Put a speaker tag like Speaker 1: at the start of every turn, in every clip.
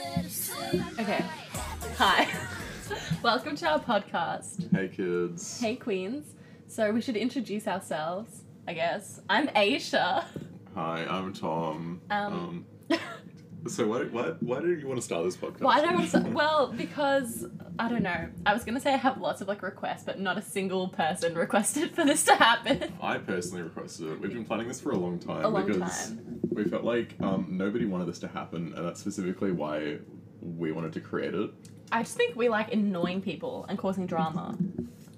Speaker 1: Okay. Hi. Welcome to our podcast.
Speaker 2: Hey kids.
Speaker 1: Hey Queens. So we should introduce ourselves, I guess. I'm Aisha.
Speaker 2: Hi, I'm Tom.
Speaker 1: Um,
Speaker 2: so why, why, why do you want to start this podcast?
Speaker 1: Why don't I s- well, because I don't know. I was gonna say I have lots of like requests, but not a single person requested for this to happen.
Speaker 2: I personally requested it. We've been planning this for a long time
Speaker 1: A long
Speaker 2: because
Speaker 1: time.
Speaker 2: we felt like um, nobody wanted this to happen, and that's specifically why we wanted to create it.
Speaker 1: I just think we like annoying people and causing drama.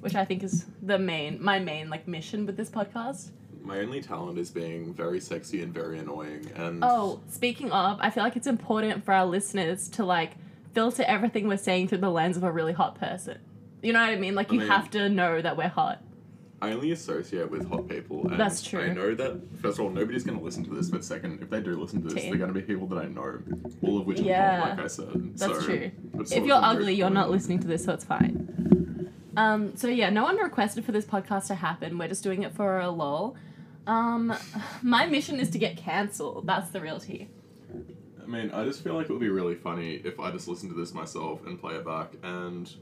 Speaker 1: Which I think is the main my main like mission with this podcast.
Speaker 2: My only talent is being very sexy and very annoying, and
Speaker 1: Oh, speaking of, I feel like it's important for our listeners to like filter everything we're saying through the lens of a really hot person. You know what I mean? Like
Speaker 2: I
Speaker 1: you
Speaker 2: mean-
Speaker 1: have to know that we're hot.
Speaker 2: I only associate with hot people. And
Speaker 1: That's true.
Speaker 2: I know that first of all, nobody's going to listen to this, but second, if they do listen to this,
Speaker 1: Tea.
Speaker 2: they're going to be people that I know, all of which
Speaker 1: Yeah.
Speaker 2: are hot, like I said.
Speaker 1: That's
Speaker 2: so,
Speaker 1: true.
Speaker 2: it's sort
Speaker 1: If
Speaker 2: of
Speaker 1: you're
Speaker 2: a moot
Speaker 1: ugly, you're not
Speaker 2: point.
Speaker 1: listening to this, so it's fine. Um, so yeah, no one requested for this podcast to happen. We're just doing it for a lol. Um, my mission is to get cancelled. That's the real tea.
Speaker 2: I mean, I just feel like it would be really funny if I just listened to this myself and play it back, and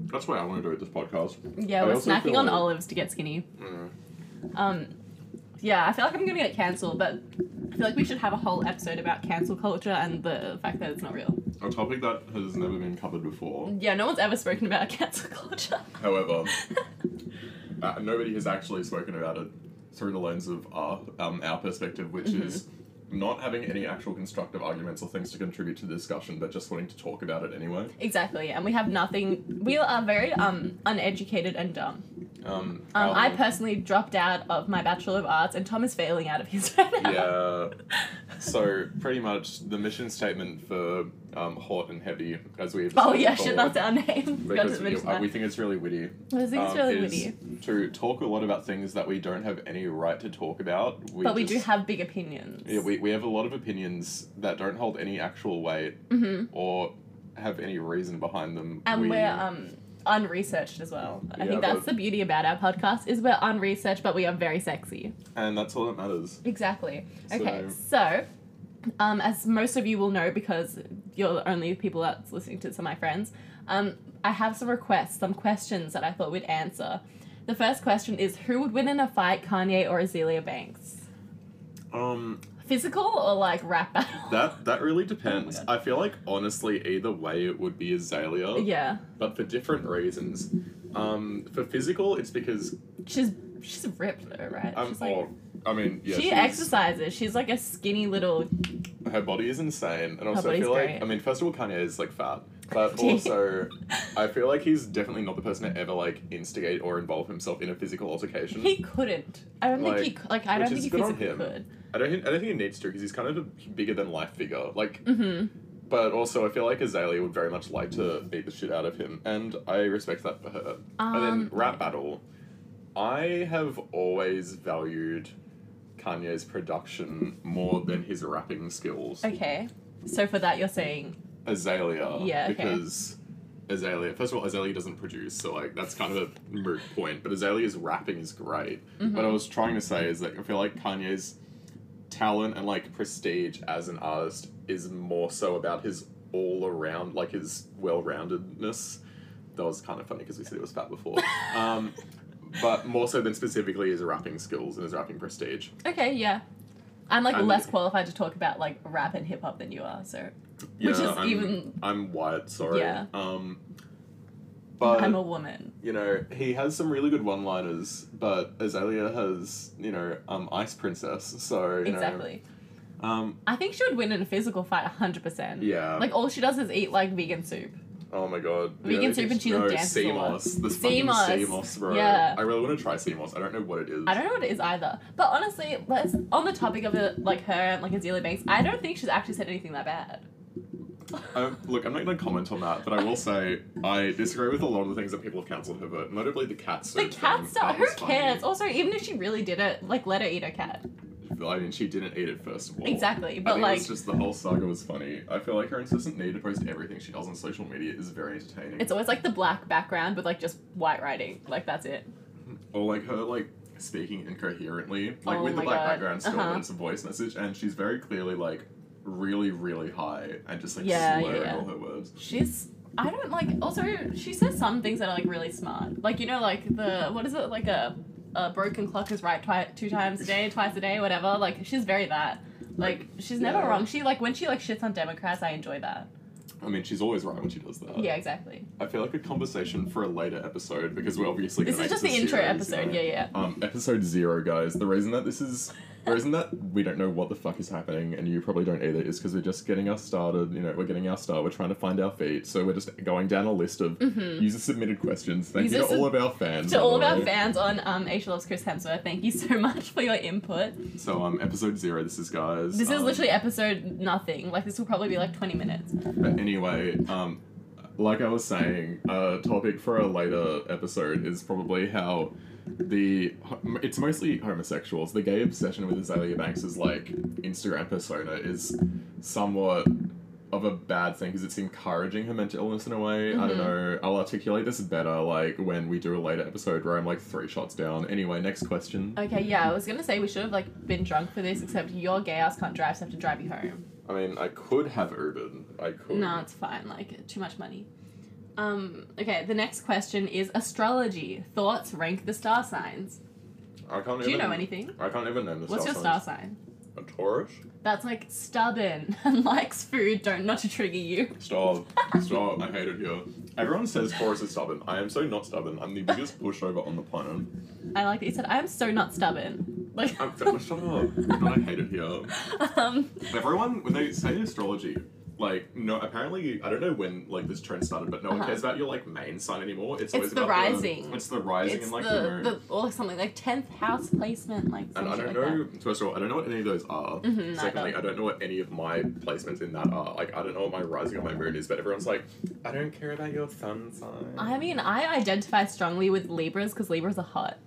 Speaker 2: that's why I want to do it this podcast.
Speaker 1: Yeah,
Speaker 2: I
Speaker 1: we're
Speaker 2: also
Speaker 1: snacking
Speaker 2: feel
Speaker 1: on
Speaker 2: like-
Speaker 1: olives to get skinny.
Speaker 2: Mm.
Speaker 1: Um, yeah, I feel like I'm gonna get cancelled, but I feel like we should have a whole episode about cancel culture and the fact that it's not real.
Speaker 2: A topic that has never been covered before.
Speaker 1: Yeah, no one's ever spoken about cancel culture.
Speaker 2: However, uh, nobody has actually spoken about it through the lens of our, um, our perspective, which
Speaker 1: Mm-hmm.
Speaker 2: is not having any actual constructive arguments or things to contribute to the discussion, but just wanting to talk about it anyway.
Speaker 1: exactly, and we have nothing. We are very um uneducated and dumb.
Speaker 2: Um,
Speaker 1: Um,
Speaker 2: our-
Speaker 1: I personally dropped out of my Bachelor of Arts, and Tom is failing out of his right now.
Speaker 2: yeah. So pretty much the mission statement for um, hot and heavy, as we've
Speaker 1: Oh
Speaker 2: said
Speaker 1: yeah,
Speaker 2: before,
Speaker 1: shit, that's our name. Forgot
Speaker 2: because
Speaker 1: to mention
Speaker 2: we, uh,
Speaker 1: that.
Speaker 2: we think it's really witty.
Speaker 1: I think it's
Speaker 2: um,
Speaker 1: really
Speaker 2: is
Speaker 1: witty,
Speaker 2: To talk a lot about things that we don't have any right to talk about. We
Speaker 1: but we do
Speaker 2: just-
Speaker 1: have big opinions.
Speaker 2: Yeah, we, we have a lot of opinions that don't hold any actual weight
Speaker 1: Mhm.
Speaker 2: or have any reason behind them.
Speaker 1: and
Speaker 2: we,
Speaker 1: we're um unresearched as well. I
Speaker 2: Yeah,
Speaker 1: think that's
Speaker 2: but-
Speaker 1: the beauty about our podcast is we're unresearched, but we are very sexy.
Speaker 2: and that's all that matters.
Speaker 1: Exactly. Okay, so,
Speaker 2: So-
Speaker 1: um, as most of you will know, because you're the only people that's listening to this are my friends, um, I have some requests, some questions that I thought we'd answer. The first question is Who would win in a fight, Kanye or Azealia Banks?
Speaker 2: Um,
Speaker 1: Physical or like rap battle?
Speaker 2: that that really depends.
Speaker 1: Oh God.
Speaker 2: I feel like honestly, either way, it would be Azalea.
Speaker 1: yeah,
Speaker 2: but for different reasons. Um, for physical, it's because
Speaker 1: she's she's ripped though, right?
Speaker 2: um,
Speaker 1: she's like,
Speaker 2: or, I mean, yeah,
Speaker 1: she
Speaker 2: she's-
Speaker 1: exercises. She's like a skinny little
Speaker 2: Her body is insane, and also I
Speaker 1: body's
Speaker 2: feel like
Speaker 1: great.
Speaker 2: I mean, first of all, Kanye is like fat, but
Speaker 1: Yeah.
Speaker 2: also I feel like he's definitely not the person to ever like instigate or involve himself in a physical altercation.
Speaker 1: He couldn't. I don't think he
Speaker 2: Like,
Speaker 1: c- like. I don't think
Speaker 2: which is
Speaker 1: he
Speaker 2: good on
Speaker 1: physically
Speaker 2: him.
Speaker 1: could.
Speaker 2: I don't, think- I don't think he needs to because he's kind of a bigger than life figure. Like,
Speaker 1: hmm
Speaker 2: but also I feel like Azalea would very much like to beat the shit out of him, and I respect that for her. and
Speaker 1: Um,
Speaker 2: then rap battle. I have always valued Kanye's production more than his rapping skills.
Speaker 1: okay. So for that, you're saying
Speaker 2: Azalea.
Speaker 1: Yeah, okay.
Speaker 2: Because Azalea, first of all, Azalea doesn't produce, so like that's kind of a moot point. But Azalea's rapping is great.
Speaker 1: Mm-hmm.
Speaker 2: What I was trying to say is that I feel like Kanye's talent and like prestige as an artist is more so about his all around, like his well roundedness. That was kind of funny because we said it was fat before. um, but more so than specifically his rapping skills and his rapping prestige.
Speaker 1: okay, yeah. I'm like
Speaker 2: I'm-
Speaker 1: less qualified to talk about like rap and hip hop than you are, so Which is
Speaker 2: I'm,
Speaker 1: even-
Speaker 2: I'm white, sorry.
Speaker 1: Yeah.
Speaker 2: Um, but
Speaker 1: I'm a woman.
Speaker 2: you know, he has some really good one-liners, but Azalea has, you know, um, Ice Princess. So you
Speaker 1: Exactly.
Speaker 2: know, um,
Speaker 1: I think she would win in a physical fight, hundred percent.
Speaker 2: yeah.
Speaker 1: Like all she does is eat like vegan soup.
Speaker 2: oh my god,
Speaker 1: We can see when she's
Speaker 2: no,
Speaker 1: dancing a lot.
Speaker 2: CMOS, this fucking
Speaker 1: CMOS,
Speaker 2: CMOS, bro.
Speaker 1: yeah.
Speaker 2: I really want to try CMOS. I don't know what it is.
Speaker 1: I don't know what it is either. But honestly, let's on the topic of it, like her and like Azealia Banks, I don't think she's actually said anything that bad.
Speaker 2: Um, look, I'm not going to comment on that, but I will say I disagree with a lot of the things that people have cancelled her, but notably the cat
Speaker 1: The
Speaker 2: suit
Speaker 1: cat
Speaker 2: thing.
Speaker 1: stuff.
Speaker 2: That
Speaker 1: Who
Speaker 2: was funny.
Speaker 1: cares? Also, even if she really did it, like let her eat her cat.
Speaker 2: I mean, she didn't eat it first of all.
Speaker 1: Exactly.
Speaker 2: I
Speaker 1: But
Speaker 2: think
Speaker 1: like
Speaker 2: it's just the whole saga was funny. I feel like her insistent need to post everything she does on social media is very entertaining.
Speaker 1: It's always like the black background with like just white writing. Like that's it.
Speaker 2: Or like her like speaking incoherently, like
Speaker 1: Oh
Speaker 2: with the
Speaker 1: my
Speaker 2: black
Speaker 1: God.
Speaker 2: background still,
Speaker 1: Uh-huh.
Speaker 2: but it's a voice message, and she's very clearly like, really, really high and just like
Speaker 1: Yeah,
Speaker 2: slurring
Speaker 1: yeah, yeah.
Speaker 2: all her words.
Speaker 1: She's I don't like also she says some things that are like really smart. Like you know like the what is it like a a broken clock is right twi- two times a day, twice a day, whatever. Like she's very that. Like she's never
Speaker 2: Yeah.
Speaker 1: wrong. She like when she like shits on Democrats, I enjoy that.
Speaker 2: I mean, she's always right when she does that.
Speaker 1: yeah, exactly.
Speaker 2: I feel like a conversation for a later episode because we're obviously
Speaker 1: This
Speaker 2: gonna
Speaker 1: is
Speaker 2: make
Speaker 1: just the
Speaker 2: a
Speaker 1: intro
Speaker 2: series,
Speaker 1: episode.
Speaker 2: right?
Speaker 1: Yeah, yeah.
Speaker 2: Um, episode zero, guys. The reason that this is, the reason that we don't know what the fuck is happening, and you probably don't either, is because we're just getting us started. You know, we're getting our start. We're trying to find our feet, so we're just going down a list of user submitted questions. Thank you to
Speaker 1: Mm-hmm. User sub-
Speaker 2: all of our fans.
Speaker 1: To
Speaker 2: by the
Speaker 1: all of our
Speaker 2: way.
Speaker 1: fans on um, H Loves Chris Hemsworth, thank you so much for your input.
Speaker 2: So, um, episode zero. This is guys.
Speaker 1: This is
Speaker 2: um,
Speaker 1: literally episode nothing. Like this will probably be like twenty minutes.
Speaker 2: But anyway, um, like I was saying, a topic for a later episode is probably how the it's mostly homosexuals. The gay obsession with Azalea Banks' like Instagram persona is somewhat of a bad thing because it's encouraging her mental illness in a way. I
Speaker 1: Mhm.
Speaker 2: don't know. I'll articulate this better like when we do a later episode where I'm like three shots down. Anyway, next question.
Speaker 1: Okay, yeah, I was gonna say we should have like been drunk for this, except your gay ass can't drive, so I have to drive you home.
Speaker 2: I mean, I could have Urban. I could.
Speaker 1: No, it's fine. Like too much money. Um. Okay, the next question is astrology. Thoughts rank the star signs.
Speaker 2: I can't
Speaker 1: Do you
Speaker 2: even.
Speaker 1: know anything?
Speaker 2: I can't even name the
Speaker 1: What's
Speaker 2: star
Speaker 1: your star sign?
Speaker 2: signs. A Taurus.
Speaker 1: That's like stubborn and likes food. Don't not to trigger you.
Speaker 2: Stop. Stop. I hate it here. Everyone says Taurus is stubborn. I am so not stubborn. I'm the biggest pushover on the planet.
Speaker 1: I like that you said I am so not stubborn. Like
Speaker 2: I'm so shut up. God, I hate it here.
Speaker 1: um.
Speaker 2: Everyone, when they say astrology, like, no, apparently, I don't know when, like, this trend started, but no one
Speaker 1: Uh-huh.
Speaker 2: cares about your, like, main sign anymore. It's, always
Speaker 1: the
Speaker 2: about
Speaker 1: rising.
Speaker 2: it's the rising
Speaker 1: It's
Speaker 2: and, like, the,
Speaker 1: the,
Speaker 2: moon.
Speaker 1: the, or something like tenth house placement, like
Speaker 2: and I
Speaker 1: something
Speaker 2: don't
Speaker 1: like
Speaker 2: know, first of all, I don't know what any of those are.
Speaker 1: Mhm,
Speaker 2: Secondly,
Speaker 1: neither.
Speaker 2: I don't know what any of my placements in that are. Like, I don't know what my rising or my moon is, but everyone's like, I don't care about your sun sign.
Speaker 1: that. I mean, I identify strongly with Libras because Libras are hot.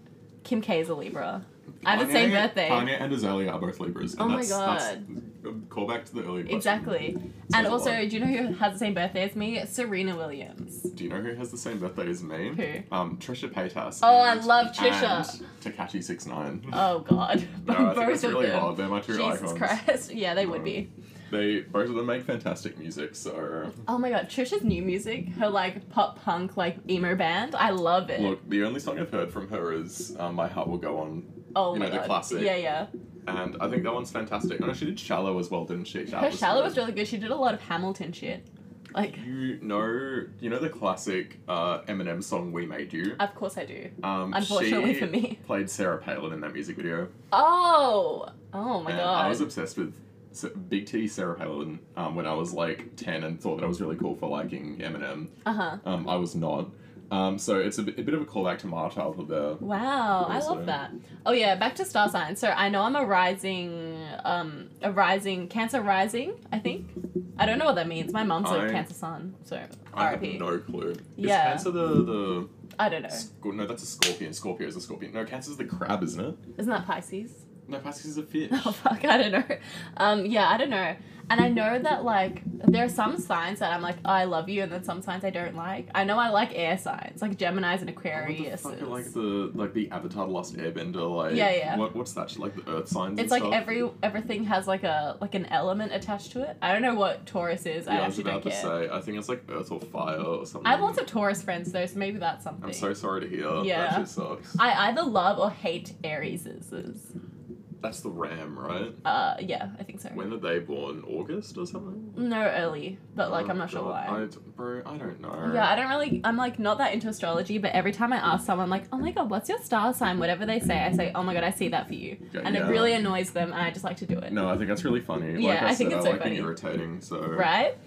Speaker 1: Kim K is a Libra. I have the same
Speaker 2: Kanye-
Speaker 1: birthday.
Speaker 2: Kanye and Azalea are both Libras. And
Speaker 1: Oh my
Speaker 2: that's, That's, call back to the earlier question.
Speaker 1: Exactly.
Speaker 2: Sounds
Speaker 1: and also,
Speaker 2: wild.
Speaker 1: do you know who has the same birthday as me? Serena Williams.
Speaker 2: Do you know who has the same birthday as me?
Speaker 1: Who?
Speaker 2: Um, Trisha Paytas.
Speaker 1: Oh, I
Speaker 2: and-
Speaker 1: love Trisha.
Speaker 2: And Takashi Six Nine.
Speaker 1: Oh God,
Speaker 2: no, I
Speaker 1: both
Speaker 2: think that's
Speaker 1: of
Speaker 2: really
Speaker 1: them.
Speaker 2: hard. They're my two
Speaker 1: Jesus
Speaker 2: icons.
Speaker 1: Christ, yeah, they would
Speaker 2: Um,
Speaker 1: be.
Speaker 2: They both of them make fantastic music. So
Speaker 1: Oh my God, Trisha's new music, her like pop punk like emo band, I love it.
Speaker 2: look, the only song I've heard from her is um, "My Heart Will Go On,"
Speaker 1: oh
Speaker 2: you
Speaker 1: my
Speaker 2: know, the
Speaker 1: God,
Speaker 2: classic.
Speaker 1: yeah, yeah.
Speaker 2: and I think that one's fantastic. And she did "Shallow" as well, didn't she? That
Speaker 1: Her shallow was
Speaker 2: good.
Speaker 1: really good. She did a lot of Hamilton shit. Like,
Speaker 2: You know, you know the classic uh, Eminem song "We Made You."
Speaker 1: of course I do.
Speaker 2: Um,
Speaker 1: Unfortunately
Speaker 2: she
Speaker 1: for me.
Speaker 2: played Sarah Palin in that music video.
Speaker 1: Oh, oh my
Speaker 2: and
Speaker 1: god.
Speaker 2: I was obsessed with S- Big T Sarah Palin um, when I was like ten and thought that I was really cool for liking Eminem.
Speaker 1: uh huh.
Speaker 2: Um, I was not. Um, so it's a, bit- a bit of a callback to my childhood there.
Speaker 1: Wow, I
Speaker 2: Also-
Speaker 1: love that. Oh yeah, back to star signs. So I know I'm a rising, um, a rising Cancer rising. I think. I don't know what that means. My mom's a
Speaker 2: I-
Speaker 1: Cancer sun, so
Speaker 2: I have
Speaker 1: R.I.P.
Speaker 2: no clue. Is
Speaker 1: Yeah.
Speaker 2: Cancer the the
Speaker 1: I don't know.
Speaker 2: sc- no? That's a scorpion. Scorpio is a scorpion. No, Cancer's the crab, isn't it?
Speaker 1: Isn't that Pisces?
Speaker 2: No, Pisces is a fish.
Speaker 1: Oh fuck, I don't know. Um, yeah, I don't know. And I know that like there are some signs that I'm like, oh, I love you, and then some signs I don't like. I know I like air signs, like Gemini's and
Speaker 2: Oh, what the
Speaker 1: Aquarius.
Speaker 2: fuck are, like the like the Avatar: The Last Airbender? Like
Speaker 1: Yeah, yeah.
Speaker 2: What, what's that? shit? Like the Earth signs. and
Speaker 1: It's like
Speaker 2: stuff?
Speaker 1: every everything has like a like an element attached to it. I don't know what Taurus is. I
Speaker 2: Yeah, I, was
Speaker 1: actually
Speaker 2: about
Speaker 1: don't
Speaker 2: to
Speaker 1: care.
Speaker 2: say. I think it's like Earth or Fire or something.
Speaker 1: I have lots of Taurus friends though, so maybe that's something.
Speaker 2: I'm so sorry to hear. That
Speaker 1: Yeah.
Speaker 2: shit sucks.
Speaker 1: I either love or hate Arieses.
Speaker 2: That's the Ram, right?
Speaker 1: Uh, yeah, I think so.
Speaker 2: When are they born? August or something?
Speaker 1: no, early, but like
Speaker 2: Oh,
Speaker 1: I'm not sure
Speaker 2: God.
Speaker 1: why.
Speaker 2: I, d- bro, I don't know.
Speaker 1: Yeah, I don't really. I'm like not that into astrology, but every time I ask someone, like, oh my god, what's your star sign? Whatever they say, I say, oh my god, I see that for you,
Speaker 2: Yeah,
Speaker 1: and
Speaker 2: yeah.
Speaker 1: it really annoys them, and I just like to do it.
Speaker 2: No, I think that's really funny. like
Speaker 1: Yeah,
Speaker 2: I,
Speaker 1: I think
Speaker 2: said,
Speaker 1: it's
Speaker 2: I
Speaker 1: so
Speaker 2: like being
Speaker 1: funny.
Speaker 2: irritating. So
Speaker 1: right?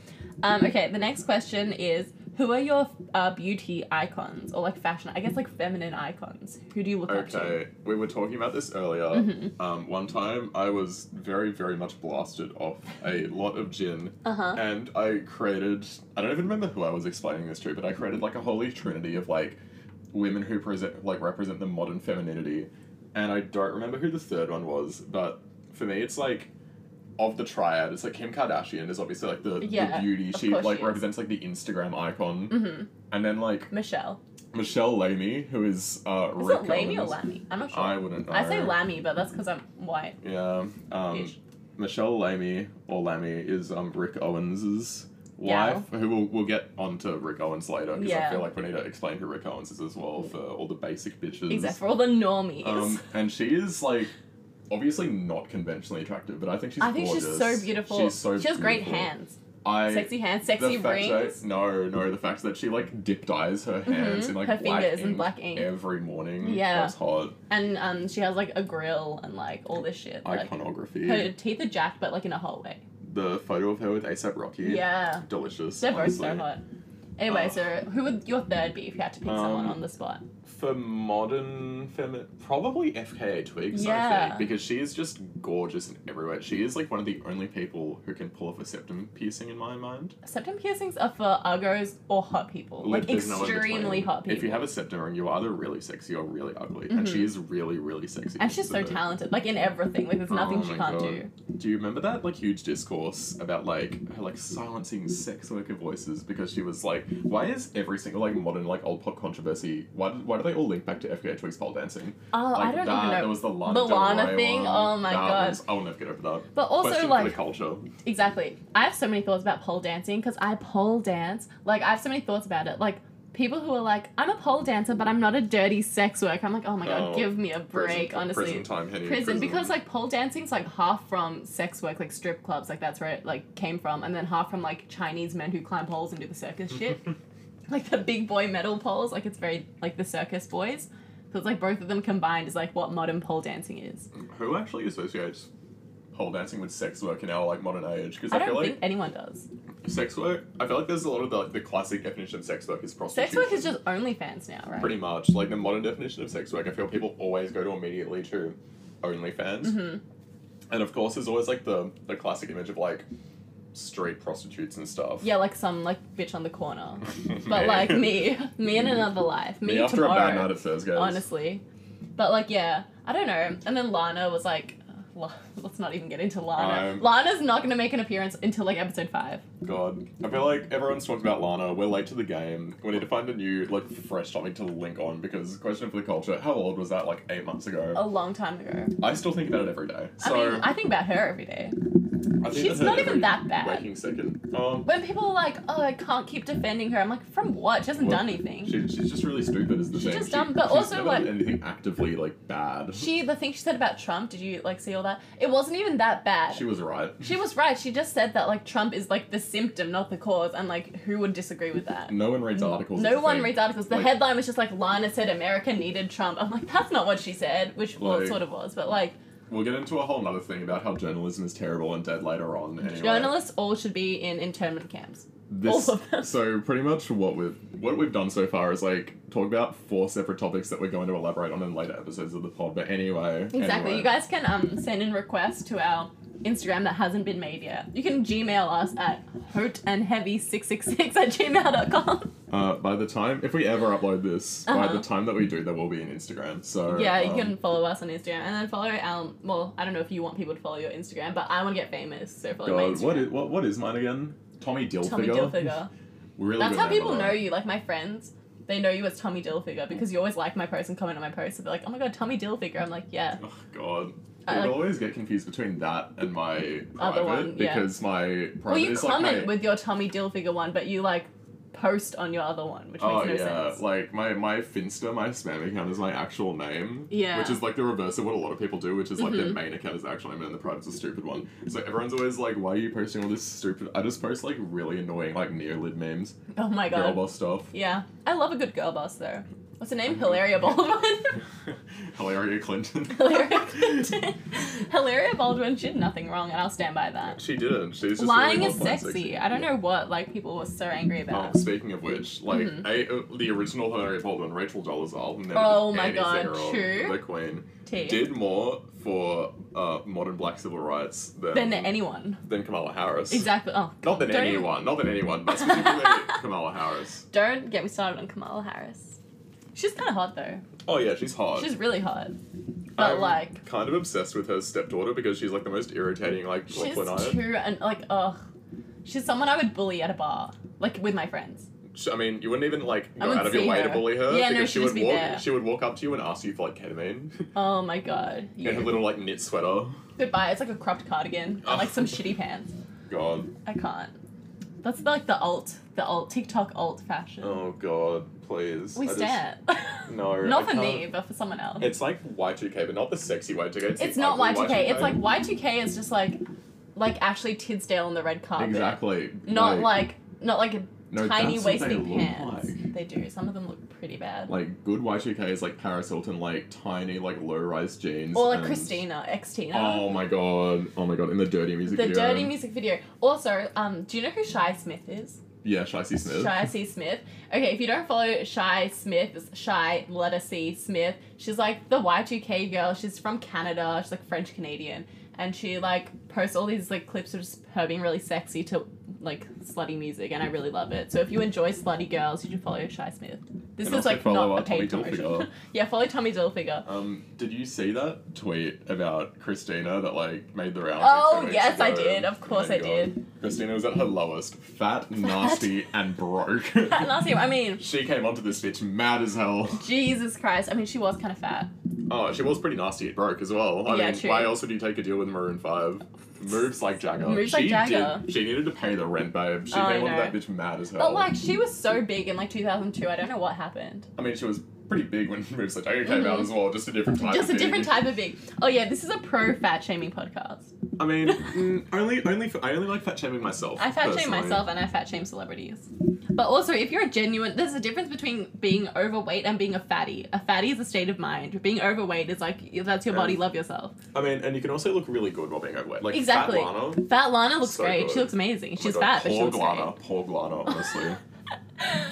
Speaker 1: Um, okay, the next question is who are your uh, beauty icons or like fashion? I guess like feminine icons. Who do you look up to?
Speaker 2: Okay, we were talking about this earlier.
Speaker 1: Mhm.
Speaker 2: Um, one time, I was very, very much blasted off a lot of gin,
Speaker 1: Uh huh.
Speaker 2: and I created. I don't even remember who I was explaining this to, but I created like a holy trinity of like women who present like represent the modern femininity, and I don't remember who the third one was, but for me, it's like. Of the triad, it's like Kim Kardashian is obviously like the,
Speaker 1: Yeah,
Speaker 2: the beauty.
Speaker 1: of
Speaker 2: She
Speaker 1: course
Speaker 2: like
Speaker 1: she is.
Speaker 2: represents like the Instagram icon,
Speaker 1: Mm-hmm.
Speaker 2: and then like
Speaker 1: Michelle.
Speaker 2: Michelle Lamy, who is uh,
Speaker 1: Is
Speaker 2: Rick
Speaker 1: it Lamy or
Speaker 2: Owens.
Speaker 1: Lammy? I'm not sure.
Speaker 2: I wouldn't know.
Speaker 1: I say Lammy, but that's because I'm white.
Speaker 2: Yeah. Um,
Speaker 1: Ish.
Speaker 2: Michelle Lamy or Lamy is um Rick Owens's
Speaker 1: Yeah.
Speaker 2: wife, who we'll, we'll get onto Rick Owens later because I
Speaker 1: Yeah.
Speaker 2: feel like we need to explain who Rick Owens is as well for all the basic bitches.
Speaker 1: Except for all the normies.
Speaker 2: Um, and she is like obviously not conventionally attractive, but I think she's
Speaker 1: I think she's so
Speaker 2: gorgeous.
Speaker 1: beautiful.
Speaker 2: She's so
Speaker 1: she has great
Speaker 2: beautiful.
Speaker 1: hands.
Speaker 2: I
Speaker 1: Sexy hands,
Speaker 2: the
Speaker 1: sexy
Speaker 2: fact
Speaker 1: rings.
Speaker 2: That, no, no, the fact that she like dip dyes her hands
Speaker 1: Mhm.
Speaker 2: in like
Speaker 1: Her
Speaker 2: black
Speaker 1: fingers in
Speaker 2: ink
Speaker 1: black ink.
Speaker 2: every morning.
Speaker 1: Yeah.
Speaker 2: that's hot
Speaker 1: And um, she has like a grill and like all this shit. Like,
Speaker 2: iconography.
Speaker 1: her teeth are jacked, but like in a hot way.
Speaker 2: the photo of her with ASAP Rocky.
Speaker 1: Yeah.
Speaker 2: delicious.
Speaker 1: They're both
Speaker 2: honestly.
Speaker 1: so hot. Anyway,
Speaker 2: Ugh.
Speaker 1: so who would your third be if you had to pick someone
Speaker 2: Um,
Speaker 1: on the spot?
Speaker 2: For modern femi- probably FKA Twigs, I
Speaker 1: Yeah.
Speaker 2: think, because she is just gorgeous in every way. She is like one of the only people who can pull off a septum piercing in my mind.
Speaker 1: Septum piercings are for argos or hot people. Like
Speaker 2: There's no in
Speaker 1: extremely
Speaker 2: between.
Speaker 1: hot people.
Speaker 2: If you have a septum ring, you're either really sexy or really ugly, and
Speaker 1: Mhm.
Speaker 2: she is really, really sexy.
Speaker 1: and she's so
Speaker 2: So-
Speaker 1: talented, like in everything. Like there's nothing
Speaker 2: Oh
Speaker 1: she
Speaker 2: my
Speaker 1: can't
Speaker 2: God.
Speaker 1: do.
Speaker 2: Do you remember that like huge discourse about like her like silencing sex worker voices because she was like, why is every single like modern like old pop controversy why do, why do they all link back to FKA Twigs pole dancing?
Speaker 1: Oh,
Speaker 2: like
Speaker 1: I don't
Speaker 2: that, There
Speaker 1: even know.
Speaker 2: was the Lana,
Speaker 1: The
Speaker 2: Del
Speaker 1: Lana
Speaker 2: Rey
Speaker 1: thing?
Speaker 2: one.
Speaker 1: Oh my
Speaker 2: That
Speaker 1: God.
Speaker 2: was- I will never get over that.
Speaker 1: But also,
Speaker 2: Question for
Speaker 1: like-
Speaker 2: the culture.
Speaker 1: Exactly. I have so many thoughts about pole dancing because I pole dance. Like I have so many thoughts about it. Like people who are like, I'm a pole dancer, but I'm not a dirty sex worker. I'm like, oh my god,
Speaker 2: Oh,
Speaker 1: give me a break.
Speaker 2: prison,
Speaker 1: honestly,
Speaker 2: prison time, Henny.
Speaker 1: prison because like pole dancing's like half from sex work like strip clubs like that's where it like came from and then half from like chinese men who climb poles and do the circus shit like the big boy metal poles like it's very like the circus boys so it's like both of them combined is like what modern pole dancing is
Speaker 2: who actually associates pole dancing with sex work in our like modern age? Because
Speaker 1: i,
Speaker 2: I,
Speaker 1: don't
Speaker 2: feel like
Speaker 1: think anyone does
Speaker 2: sex work. I feel like there's a lot of the, like the classic definition of sex work is prostitution.
Speaker 1: sex work is just OnlyFans now right
Speaker 2: pretty much like the modern definition of sex work. I feel people always go to immediately to OnlyFans,
Speaker 1: hmm
Speaker 2: and of course, there's always like the the classic image of like straight prostitutes and stuff.
Speaker 1: yeah like some like bitch on the corner but
Speaker 2: Me.
Speaker 1: like me me in another life me,
Speaker 2: me after
Speaker 1: tomorrow.
Speaker 2: a bad night of Thursdays.
Speaker 1: honestly. But like, yeah, I don't know. And then Lana was like, "Well, let's not even get into Lana.
Speaker 2: Um,
Speaker 1: Lana's not gonna make an appearance until like episode five.
Speaker 2: God, I feel like everyone's talked about Lana. We're late to the game. We need to find a new, like, fresh topic to link on because question for the culture. How old was that? Like eight months ago.
Speaker 1: A long time ago.
Speaker 2: I still think about it every day. So
Speaker 1: Oh. I mean, I think about her every day.
Speaker 2: I think
Speaker 1: she's
Speaker 2: that's it
Speaker 1: not even
Speaker 2: every
Speaker 1: that bad.
Speaker 2: Waking second. Um,
Speaker 1: When people are like, "Oh, I can't keep defending her," I'm like, "From what? She hasn't
Speaker 2: Well,
Speaker 1: done anything." She,
Speaker 2: she, she's just really stupid. Is the
Speaker 1: She's
Speaker 2: thing.
Speaker 1: just
Speaker 2: She-
Speaker 1: dumb, but
Speaker 2: she's
Speaker 1: also,
Speaker 2: never
Speaker 1: like-
Speaker 2: done anything actively like bad.
Speaker 1: the thing she said about Trump. Did you like see all that? It wasn't even that bad.
Speaker 2: She was right.
Speaker 1: she was right. She just said that like Trump is like the symptom, not the cause, and like who would disagree with that?
Speaker 2: No one reads articles.
Speaker 1: No
Speaker 2: it's a
Speaker 1: one
Speaker 2: thing.
Speaker 1: reads articles. The
Speaker 2: Like-
Speaker 1: headline was just like Lana said America needed Trump. I'm like, that's not what she said, which well, it
Speaker 2: Like-
Speaker 1: sort of was, but like
Speaker 2: We'll get into a whole other thing about how journalism is terrible and dead later on. Anyway,
Speaker 1: journalists all should be in internment camps.
Speaker 2: This,
Speaker 1: all of them.
Speaker 2: So pretty much what we've what we've done so far is like talk about four separate topics that we're going to elaborate on in later episodes of the pod. But anyway,
Speaker 1: Exactly.
Speaker 2: anyway.
Speaker 1: You guys can um send in requests to our Instagram that hasn't been made yet. You can Gmail us at hoteandheavy666 at gmail.com.
Speaker 2: Uh, by the time if we ever upload this, by
Speaker 1: Uh-huh.
Speaker 2: the time that we do, there will be an Instagram. So
Speaker 1: Yeah, you
Speaker 2: um,
Speaker 1: can follow us on Instagram and then follow our well, I don't know if you want people to follow your Instagram, but I want to get famous, so follow my
Speaker 2: God,
Speaker 1: Instagram.
Speaker 2: what is what, what is mine again? Tommy Dilfiger.
Speaker 1: Tommy Dilfiger.
Speaker 2: Really
Speaker 1: That's
Speaker 2: good
Speaker 1: how
Speaker 2: name,
Speaker 1: people
Speaker 2: by the
Speaker 1: know
Speaker 2: way.
Speaker 1: you. Like my friends, they know you as Tommy Dilfiger because you always like my post and comment on my post. So they're like, "Oh my god, Tommy Dilfiger." I'm like, "Yeah."
Speaker 2: Oh god.
Speaker 1: I
Speaker 2: I
Speaker 1: like-
Speaker 2: always get confused between that and my private
Speaker 1: Other one, yeah.
Speaker 2: because my private
Speaker 1: well, you
Speaker 2: is
Speaker 1: comment
Speaker 2: like my,
Speaker 1: with your Tommy Dilfiger one, but you like post on your other one, which
Speaker 2: Oh
Speaker 1: makes no
Speaker 2: yeah,
Speaker 1: sense.
Speaker 2: like my my Finsta, my spam account is my actual name.
Speaker 1: Yeah. Mm-hmm.
Speaker 2: Which is like the reverse of what a lot of people do, which is like their main account is the actual name and then the private's a stupid one. So everyone's always like, why are you posting all this stupid? I just post like really annoying like neolid memes,
Speaker 1: oh my god.
Speaker 2: girl boss stuff.
Speaker 1: Yeah, I love a good girl boss though. What's her name? Hilaria Baldwin.
Speaker 2: Hilaria Clinton.
Speaker 1: Hilaria Clinton. Hilaria Baldwin did nothing wrong, and I'll stand by that.
Speaker 2: She didn't. She's just
Speaker 1: Lying
Speaker 2: really
Speaker 1: is
Speaker 2: well done,
Speaker 1: sexy. I don't know what like people were so angry
Speaker 2: Oh,
Speaker 1: about. Mm-hmm.
Speaker 2: speaking of which, like I, uh, the original Hilaria Baldwin, Rachel Dolezal, never
Speaker 1: Oh
Speaker 2: did
Speaker 1: my
Speaker 2: anything
Speaker 1: God,
Speaker 2: wrong.
Speaker 1: true.
Speaker 2: The Queen
Speaker 1: Tea.
Speaker 2: did more for uh, modern Black civil rights than
Speaker 1: than anyone.
Speaker 2: than Kamala Harris.
Speaker 1: Exactly. Oh,
Speaker 2: Not than
Speaker 1: Don't-
Speaker 2: anyone. Not than anyone. But specifically Kamala Harris.
Speaker 1: Don't get me started on Kamala Harris. She's kind of hot though.
Speaker 2: Oh yeah, she's hot. Um,
Speaker 1: She's really hot. But
Speaker 2: I'm
Speaker 1: like,
Speaker 2: kind of obsessed with her stepdaughter because she's like the most irritating like
Speaker 1: she's
Speaker 2: Brooklynite.
Speaker 1: too and like, ugh. She's someone I would bully at a bar, like with my friends.
Speaker 2: sh I mean, you wouldn't even like
Speaker 1: I
Speaker 2: go
Speaker 1: wouldn't
Speaker 2: out of your
Speaker 1: see
Speaker 2: way to
Speaker 1: her.
Speaker 2: bully her
Speaker 1: Yeah, no,
Speaker 2: because
Speaker 1: she'd
Speaker 2: she
Speaker 1: just
Speaker 2: would
Speaker 1: be
Speaker 2: walk.
Speaker 1: there.
Speaker 2: She would walk up to you and ask you for like ketamine
Speaker 1: Oh my god.
Speaker 2: in her
Speaker 1: Yeah.
Speaker 2: little like knit sweater.
Speaker 1: Goodbye. It's like a cropped cardigan and
Speaker 2: Oh.
Speaker 1: like some shitty pants.
Speaker 2: God,
Speaker 1: I can't. That's like the alt, the alt TikTok alt fashion.
Speaker 2: oh God, please.
Speaker 1: we
Speaker 2: I just-
Speaker 1: stand.
Speaker 2: No, I
Speaker 1: not for
Speaker 2: can't.
Speaker 1: me, but for someone else.
Speaker 2: It's like Y2K, but not the sexy Y2K. It's, the
Speaker 1: It's not
Speaker 2: ugly
Speaker 1: Y2K. It's like Y2K is just like like Ashley Tisdale on the red carpet.
Speaker 2: exactly.
Speaker 1: Not like, not like a
Speaker 2: No,
Speaker 1: tiny
Speaker 2: that's what they
Speaker 1: waisted
Speaker 2: look
Speaker 1: pants.
Speaker 2: like.
Speaker 1: They do. Some of them look pretty bad.
Speaker 2: like good Y2K is like Paris Hilton, like tiny like low rise jeans.
Speaker 1: or like
Speaker 2: and-
Speaker 1: Christina, ex Tina.
Speaker 2: um, Oh my god! Oh my god! In the dirty
Speaker 1: the
Speaker 2: music video.
Speaker 1: dirty music video. Also, um, do you know who Shy Smith is?
Speaker 2: Yeah, Shicey Smith.
Speaker 1: Shy C. Smith. Okay, if you don't follow Shy Smith, it's Shy letter C Smith. She's like the Y2K girl. She's from Canada. She's like French Canadian, and she like posts all these like clips of just her being really sexy to like slutty music, and I really love it. So if you enjoy slutty girls, you should follow Shy Smith. This
Speaker 2: And
Speaker 1: is
Speaker 2: also
Speaker 1: like
Speaker 2: follow
Speaker 1: not
Speaker 2: our
Speaker 1: a paid
Speaker 2: Tommy
Speaker 1: promotion.
Speaker 2: Hilfiger.
Speaker 1: yeah, follow Tommy Dilfiger.
Speaker 2: Um, did you see that tweet about Christina that like made the rounds?
Speaker 1: Oh,
Speaker 2: like, two weeks
Speaker 1: yes, I
Speaker 2: ago? Oh
Speaker 1: did. Of course
Speaker 2: my
Speaker 1: I did.
Speaker 2: Christina was at her lowest, fat, nasty, and broke.
Speaker 1: That last year, I mean,
Speaker 2: she came onto this bitch mad as hell.
Speaker 1: Jesus Christ. I mean, she was kind of fat.
Speaker 2: Oh, she was pretty nasty at broke as well. I
Speaker 1: Yeah,
Speaker 2: mean,
Speaker 1: true.
Speaker 2: why else would you take a deal with Maroon Five? Moves like Jagger.
Speaker 1: Moves
Speaker 2: she
Speaker 1: like Jagger.
Speaker 2: Did, she needed to pay the rent, babe. She
Speaker 1: Oh, I
Speaker 2: came onto
Speaker 1: know.
Speaker 2: that bitch mad as hell.
Speaker 1: But like, she was so big in like 2002. I don't know what happened.
Speaker 2: I mean, she was pretty big when Moves Like Jagger came
Speaker 1: Mhm.
Speaker 2: out as well, just a different type.
Speaker 1: Just
Speaker 2: of
Speaker 1: a different
Speaker 2: big.
Speaker 1: type of big. Oh yeah, this is a pro fat shaming podcast.
Speaker 2: I mean, mm, only, only, for, I only like fat shaming myself.
Speaker 1: I fat shame
Speaker 2: personally.
Speaker 1: myself and I fat shame celebrities. But also, if you're a genuine, there's a difference between being overweight and being a fatty. A fatty is a state of mind. Being overweight is like that's your body.
Speaker 2: Um,
Speaker 1: Love yourself.
Speaker 2: I mean, and you can also look really good while being overweight. Like
Speaker 1: Exactly.
Speaker 2: Fat Lana.
Speaker 1: Fat Lana looks
Speaker 2: so
Speaker 1: great.
Speaker 2: good.
Speaker 1: She looks amazing.
Speaker 2: Oh my
Speaker 1: She's
Speaker 2: God,
Speaker 1: fat, but she
Speaker 2: poor
Speaker 1: looks
Speaker 2: Lana,
Speaker 1: great.
Speaker 2: poor Lana, honestly.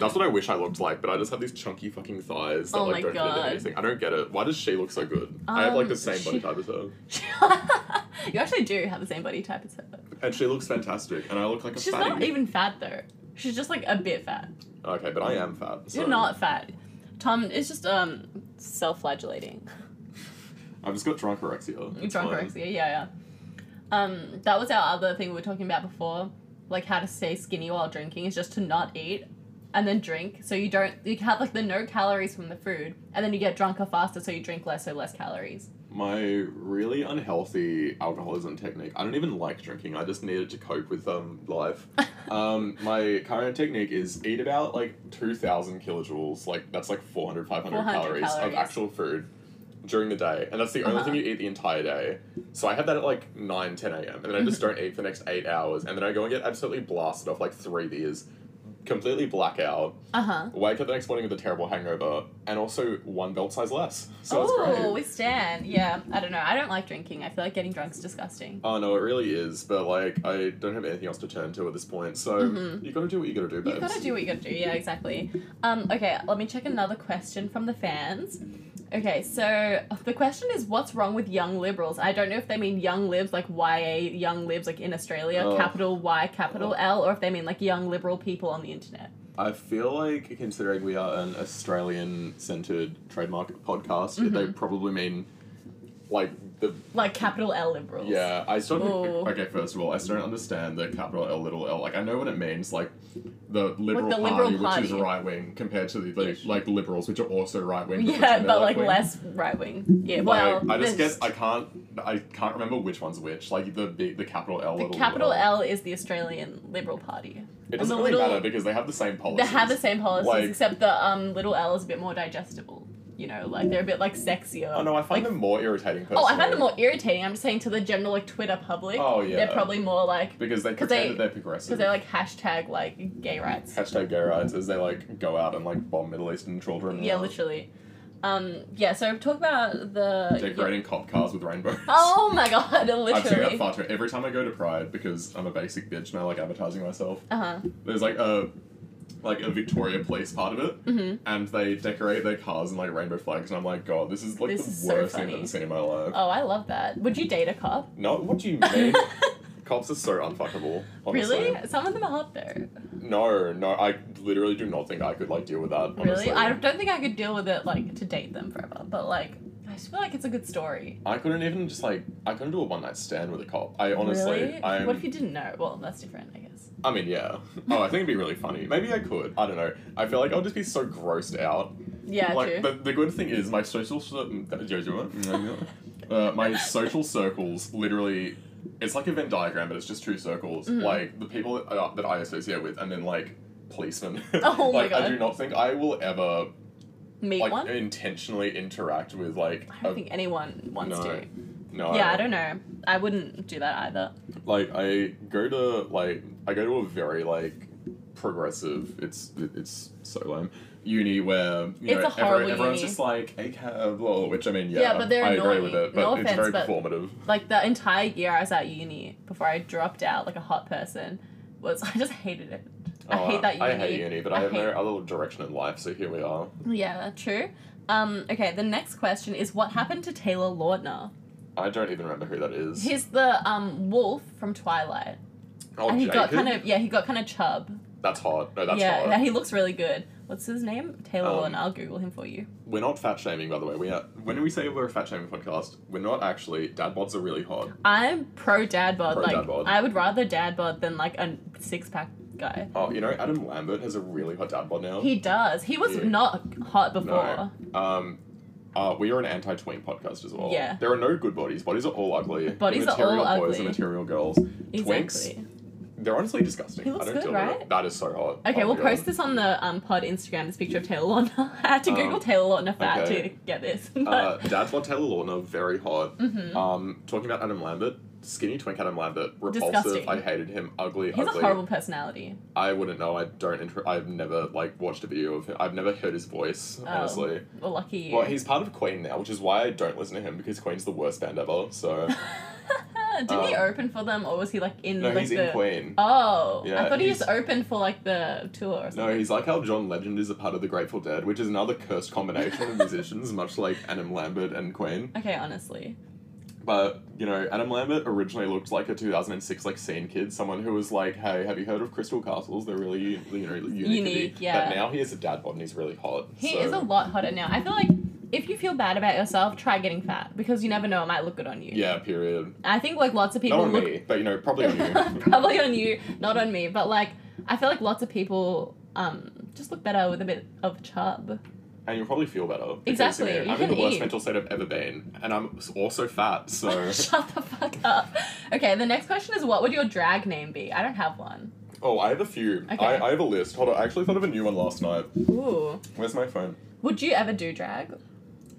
Speaker 2: That's what I wish I looked like, but I just have these chunky fucking thighs that
Speaker 1: Oh
Speaker 2: like
Speaker 1: my
Speaker 2: don't fit into
Speaker 1: God.
Speaker 2: anything. I don't get it. Why does she look so good? I have like
Speaker 1: Um,
Speaker 2: the same body
Speaker 1: she-
Speaker 2: type as her,
Speaker 1: you actually do have the same body type as her.
Speaker 2: and she looks fantastic, and I look like a
Speaker 1: She's
Speaker 2: fatty.
Speaker 1: not even fat though. She's just like a bit fat.
Speaker 2: Okay, but I am fat. So
Speaker 1: You're not fat. Tom is just um self-flagellating.
Speaker 2: I've just got drunk orexia. It's
Speaker 1: Drunk
Speaker 2: fine.
Speaker 1: orexia, yeah, yeah. Um, that was our other thing we were talking about before, like how to stay skinny while drinking is just to not eat and then drink, so you don't you have like the no calories from the food, and then you get drunker faster, so you drink less, so less calories.
Speaker 2: My really unhealthy alcoholism technique. I don't even like drinking. I just needed to cope with um life. um, my current technique is eat about like two thousand kilojoules. Like that's like 400, 500
Speaker 1: 400
Speaker 2: calories, of
Speaker 1: calories.
Speaker 2: actual food during the day, and that's the only
Speaker 1: Uh-huh.
Speaker 2: thing you eat the entire day. So I have that at like 9, 10 a.m. and then I
Speaker 1: Mm-hmm.
Speaker 2: just don't eat for the next eight hours, and then I go and get absolutely blasted off like three beers, completely black out.
Speaker 1: Uh huh.
Speaker 2: Wake up the next morning with a terrible hangover, and also one belt size less. So it's great.
Speaker 1: Oh, we stand. Yeah, I don't know. I don't like drinking. I feel like getting drunk's disgusting.
Speaker 2: Oh no, it really is. But like, I don't have anything else to turn to at this point. So
Speaker 1: Mhm.
Speaker 2: you gotta do what you gotta do, babes.
Speaker 1: You gotta do what you gotta do. Yeah, exactly. Um, okay, let me check another question from the fans. Okay, so uh, the question is, what's wrong with young liberals? I don't know if they mean young libs like YA young libs like in Australia,
Speaker 2: Oh.
Speaker 1: capital Y, capital
Speaker 2: Oh.
Speaker 1: L, or if they mean like young liberal people on the internet.
Speaker 2: I feel like, considering we are an Australian-centered trademark podcast,
Speaker 1: Mhm.
Speaker 2: they probably mean like the
Speaker 1: Like capital L liberals.
Speaker 2: yeah. I still
Speaker 1: Oh.
Speaker 2: okay. First of all, I still don't understand the capital L, little L. Like I know what it means, like the liberal,
Speaker 1: liberal
Speaker 2: party, which is
Speaker 1: party.
Speaker 2: right wing, compared to the like, like liberals, which are also right wing.
Speaker 1: Yeah, but like less right wing. Yeah, well,
Speaker 2: I just
Speaker 1: there's-
Speaker 2: guess I can't. I can't remember which one's which. Like the big, the capital L.
Speaker 1: the
Speaker 2: little
Speaker 1: capital L is the Australian Liberal Party.
Speaker 2: It doesn't
Speaker 1: the
Speaker 2: really
Speaker 1: little-
Speaker 2: matter because they have the same policies.
Speaker 1: They have the same policies,
Speaker 2: Like-
Speaker 1: except the um, little L is a bit more digestible. You know, like they're a bit like sexier.
Speaker 2: Oh no, I find
Speaker 1: like,
Speaker 2: them more irritating. Personally,
Speaker 1: Oh, I find them more irritating. I'm just saying to the general like Twitter public.
Speaker 2: Oh, yeah.
Speaker 1: They're probably more like
Speaker 2: because they
Speaker 1: 'cause
Speaker 2: pretend
Speaker 1: they-
Speaker 2: that they're progressive.
Speaker 1: because they're like hashtag like gay rights.
Speaker 2: hashtag gay rights as they like go out and like bomb Middle Eastern children.
Speaker 1: Yeah,
Speaker 2: and, uh,
Speaker 1: literally. Um, yeah. So talk about the
Speaker 2: Decorating cop cars with rainbows.
Speaker 1: Oh my god! Literally.
Speaker 2: I've seen that far too. Every time I go to Pride, because I'm a basic bitch and I like advertising myself,
Speaker 1: Uh huh.
Speaker 2: there's like a like a Victoria Police part of it,
Speaker 1: hmm
Speaker 2: and they decorate their cars in like rainbow flags, and I'm like, God, this is like
Speaker 1: This
Speaker 2: the
Speaker 1: is so
Speaker 2: worst thing
Speaker 1: funny.
Speaker 2: I've ever seen in my life.
Speaker 1: Oh, I love that. Would you date a cop?
Speaker 2: no, what do you mean? Cops are so unfuckable. Honestly.
Speaker 1: really? Some of them are hot though.
Speaker 2: No, no, I literally do not think I could like deal with that.
Speaker 1: Really?
Speaker 2: honestly.
Speaker 1: I don't think I could deal with it like to date them forever, but like I just feel like it's a good story.
Speaker 2: I couldn't even just like I couldn't do a one night stand with a cop. I honestly,
Speaker 1: really?
Speaker 2: I'm
Speaker 1: What if you didn't know? Well, that's different, I guess.
Speaker 2: I mean, yeah. Oh, I think it'd be really funny. Maybe I could. I don't know. I feel like I'll just be so grossed out.
Speaker 1: Yeah,
Speaker 2: like
Speaker 1: true.
Speaker 2: the, the good thing is my social cir- mm, uh, my social circles literally it's like a Venn diagram, but it's just two circles.
Speaker 1: Mhm.
Speaker 2: Like the people that I, that I associate with, and then like policemen.
Speaker 1: Oh my
Speaker 2: like I
Speaker 1: God.
Speaker 2: do not think I will ever
Speaker 1: Meet
Speaker 2: like
Speaker 1: one.
Speaker 2: intentionally interact with like.
Speaker 1: I don't think anyone wants
Speaker 2: no,
Speaker 1: to.
Speaker 2: No.
Speaker 1: yeah, I don't know. I wouldn't do that either.
Speaker 2: like I go to like I go to a very like progressive it's it's so lame uni where you
Speaker 1: It's
Speaker 2: know
Speaker 1: a horrible
Speaker 2: everyone- everyone's
Speaker 1: uni.
Speaker 2: just like a cab blah, which I mean yeah,
Speaker 1: Yeah, but they're
Speaker 2: I agree
Speaker 1: annoying.
Speaker 2: with it but
Speaker 1: No
Speaker 2: it's very
Speaker 1: offense, but-
Speaker 2: performative
Speaker 1: Like the entire year I was at uni before I dropped out like a hot person was I just hated it. I
Speaker 2: Oh,
Speaker 1: hate that uni.
Speaker 2: I hate uni but I,
Speaker 1: I
Speaker 2: have
Speaker 1: hate-
Speaker 2: no other direction in life so here we are
Speaker 1: Yeah, true. Um, okay, the next question is what happened to Taylor Lautner?
Speaker 2: I don't even remember who that is
Speaker 1: He's the um wolf from Twilight.
Speaker 2: oh
Speaker 1: and he got
Speaker 2: Jacob?
Speaker 1: kind of yeah, he got kind of chub.
Speaker 2: that's hot no that's
Speaker 1: yeah,
Speaker 2: hot
Speaker 1: yeah, he looks really good. What's his name? Taylor
Speaker 2: Um,
Speaker 1: Lautner. I'll Google him for you.
Speaker 2: we're not fat shaming by the way we are when we say we're a fat shaming podcast we're not actually dad bods are really hot
Speaker 1: I'm pro dad bod.
Speaker 2: Pro
Speaker 1: like
Speaker 2: dad bod.
Speaker 1: I would rather dad bod than like a six pack guy.
Speaker 2: oh you know Adam Lambert has a really hot dad bod now
Speaker 1: He does. He was
Speaker 2: Oh. Yeah.
Speaker 1: not hot before.
Speaker 2: No. Um, uh, we are an anti-tween podcast as well.
Speaker 1: Yeah.
Speaker 2: There are no good bodies. Bodies are all ugly.
Speaker 1: Bodies are
Speaker 2: material
Speaker 1: all
Speaker 2: boys and
Speaker 1: ugly.
Speaker 2: material girls. Twinks.
Speaker 1: Exactly.
Speaker 2: They're honestly disgusting.
Speaker 1: He looks
Speaker 2: I don't
Speaker 1: good,
Speaker 2: deal with
Speaker 1: right?
Speaker 2: it. That is so hot.
Speaker 1: Okay,
Speaker 2: Oh my
Speaker 1: we'll
Speaker 2: God.
Speaker 1: post this on the um, pod Instagram. This picture of Taylor Lautner. I had to Google
Speaker 2: Um,
Speaker 1: Taylor Lautner fat
Speaker 2: okay.
Speaker 1: to get this. But
Speaker 2: Uh, Dad's one Taylor Lautner, very hot.
Speaker 1: Mhm.
Speaker 2: Um, talking about Adam Lambert, skinny twink Adam Lambert, repulsive.
Speaker 1: Disgusting.
Speaker 2: I hated him. Ugly,
Speaker 1: he has
Speaker 2: ugly.
Speaker 1: a horrible personality.
Speaker 2: I wouldn't know. I don't. Inter- I've never like watched a video of him. I've never heard his voice.
Speaker 1: Oh.
Speaker 2: Honestly.
Speaker 1: Um, Well, lucky you.
Speaker 2: Well, he's part of Queen now, which is why I don't listen to him because Queen's the worst band ever. So
Speaker 1: Did he
Speaker 2: um,
Speaker 1: open for them, or was he like in
Speaker 2: no,
Speaker 1: like
Speaker 2: he's
Speaker 1: the?
Speaker 2: in Queen.
Speaker 1: Oh, I
Speaker 2: Yeah,
Speaker 1: thought he just
Speaker 2: he's-
Speaker 1: opened for like the tour or something.
Speaker 2: No, he's like how John Legend is a part of the Grateful Dead, which is another cursed combination of musicians, much like Adam Lambert and Queen.
Speaker 1: Okay, honestly.
Speaker 2: But you know, Adam Lambert originally looked like a 2006 like scene kid, someone who was like, "Hey, have you heard of Crystal Castles? They're really you know unique."
Speaker 1: Unique, yeah.
Speaker 2: But now he is a dad bod and he's really hot.
Speaker 1: He
Speaker 2: so-
Speaker 1: is a lot hotter now. I feel like if you feel bad about yourself, try getting fat because you never know it might look good on you.
Speaker 2: Yeah. Period.
Speaker 1: I think like lots of
Speaker 2: Not
Speaker 1: people
Speaker 2: on
Speaker 1: look
Speaker 2: me, but you know, probably on you.
Speaker 1: probably on you, not on me, but like I feel like lots of people um just look better with a bit of chub.
Speaker 2: and you'll probably feel better. because,
Speaker 1: Exactly,
Speaker 2: You know,
Speaker 1: you
Speaker 2: I'm in
Speaker 1: can
Speaker 2: the worst
Speaker 1: eat.
Speaker 2: mental state I've ever been, and I'm also fat. So.
Speaker 1: Shut the fuck up. Okay, the next question is what would your drag name be? I don't have one.
Speaker 2: oh, I have a few.
Speaker 1: Okay.
Speaker 2: I, I have a list. Hold on, I actually thought of a new one last night.
Speaker 1: Ooh.
Speaker 2: Where's my phone?
Speaker 1: Would you ever do drag?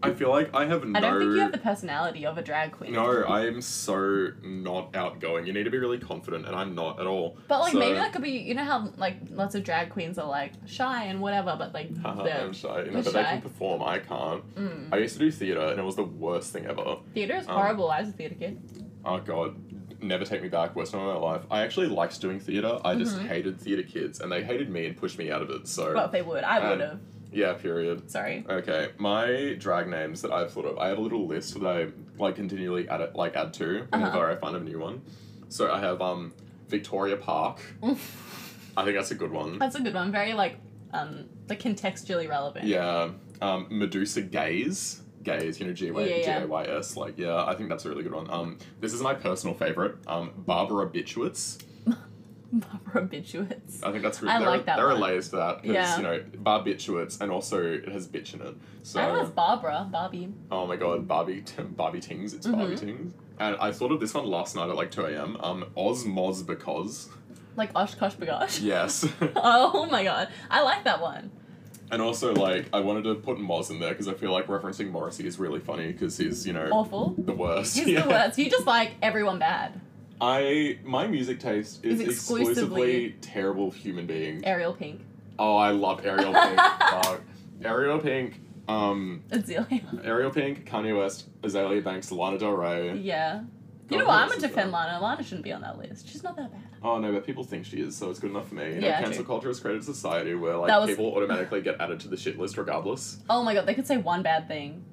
Speaker 2: I feel like I have no.
Speaker 1: I don't think you have the personality of a drag queen.
Speaker 2: no, I am so not outgoing. You need to be really confident, and I'm not at all.
Speaker 1: But like
Speaker 2: So-
Speaker 1: maybe that could be you know how like lots of drag queens are like shy and whatever, but like
Speaker 2: Haha,
Speaker 1: the
Speaker 2: I'm shy. You know,
Speaker 1: you're
Speaker 2: but they
Speaker 1: shy.
Speaker 2: can perform. I can't.
Speaker 1: mm,
Speaker 2: I used to do theater, and it was the worst thing ever.
Speaker 1: theater is
Speaker 2: Um,
Speaker 1: horrible. I was a theater kid.
Speaker 2: Oh god, never take me back. Worst time of my life. I actually liked doing theater. I just
Speaker 1: Mhm.
Speaker 2: hated theater kids, and they hated me and pushed me out of it. So
Speaker 1: Well, if they would, I
Speaker 2: um,
Speaker 1: would have.
Speaker 2: yeah, period.
Speaker 1: Sorry.
Speaker 2: Okay, my drag names that I've thought of. I have a little list that I like continually add it, like add to whenever
Speaker 1: Uh-huh.
Speaker 2: I find a new one. So I have um Victoria Park. I think that's a good one.
Speaker 1: That's a good one. Very like um like contextually relevant.
Speaker 2: Yeah, um, Medusa Gaze. Gaze, you know, G Y
Speaker 1: Yeah,
Speaker 2: G
Speaker 1: yeah.
Speaker 2: A Y S. Like, yeah, I think that's a really good one. Um, this is my personal favorite. Um, Barbara Bitchwitz.
Speaker 1: Barbituates.
Speaker 2: I think that's
Speaker 1: I
Speaker 2: there are,
Speaker 1: like that
Speaker 2: There are
Speaker 1: one.
Speaker 2: layers to that because
Speaker 1: Yeah.
Speaker 2: you know barbiturates and also it has bitch in it. So
Speaker 1: I don't know it's Barbara, Barbie.
Speaker 2: Oh my
Speaker 1: Mm.
Speaker 2: god, Barbie, t- Barbie Tings, it's Barbie
Speaker 1: Mm-hmm.
Speaker 2: Tings. And I thought of this one last night at like 2 a.m. Um, Oz Moz Because.
Speaker 1: Like Oshkosh Bagosh.
Speaker 2: Yes.
Speaker 1: Oh my god. I like that one.
Speaker 2: and also, like, I wanted to put Moz in there because I feel like referencing Morrissey is really funny because he's, you know,
Speaker 1: Awful.
Speaker 2: the worst.
Speaker 1: He's
Speaker 2: Yeah.
Speaker 1: the worst. You just like everyone bad.
Speaker 2: I, my music taste is
Speaker 1: Is
Speaker 2: exclusively,
Speaker 1: exclusively-
Speaker 2: terrible human being.
Speaker 1: Ariel Pink.
Speaker 2: oh, I love Ariel Pink. Fuck. Ariel Pink, um,
Speaker 1: Azealia.
Speaker 2: Ariel Pink, Kanye West, Azalea Banks, Lana Del Rey.
Speaker 1: Yeah.
Speaker 2: Oh,
Speaker 1: You know
Speaker 2: who
Speaker 1: what? I'm
Speaker 2: else
Speaker 1: gonna
Speaker 2: is
Speaker 1: defend
Speaker 2: there?
Speaker 1: Lana. Lana shouldn't be on that list. She's not that bad.
Speaker 2: Oh no, but people think she is, so it's good enough for me. You know,
Speaker 1: Yeah,
Speaker 2: cancel
Speaker 1: true.
Speaker 2: culture has created a society where like
Speaker 1: That was-
Speaker 2: people automatically get added to the shit list regardless.
Speaker 1: Oh my god, they could say one bad thing.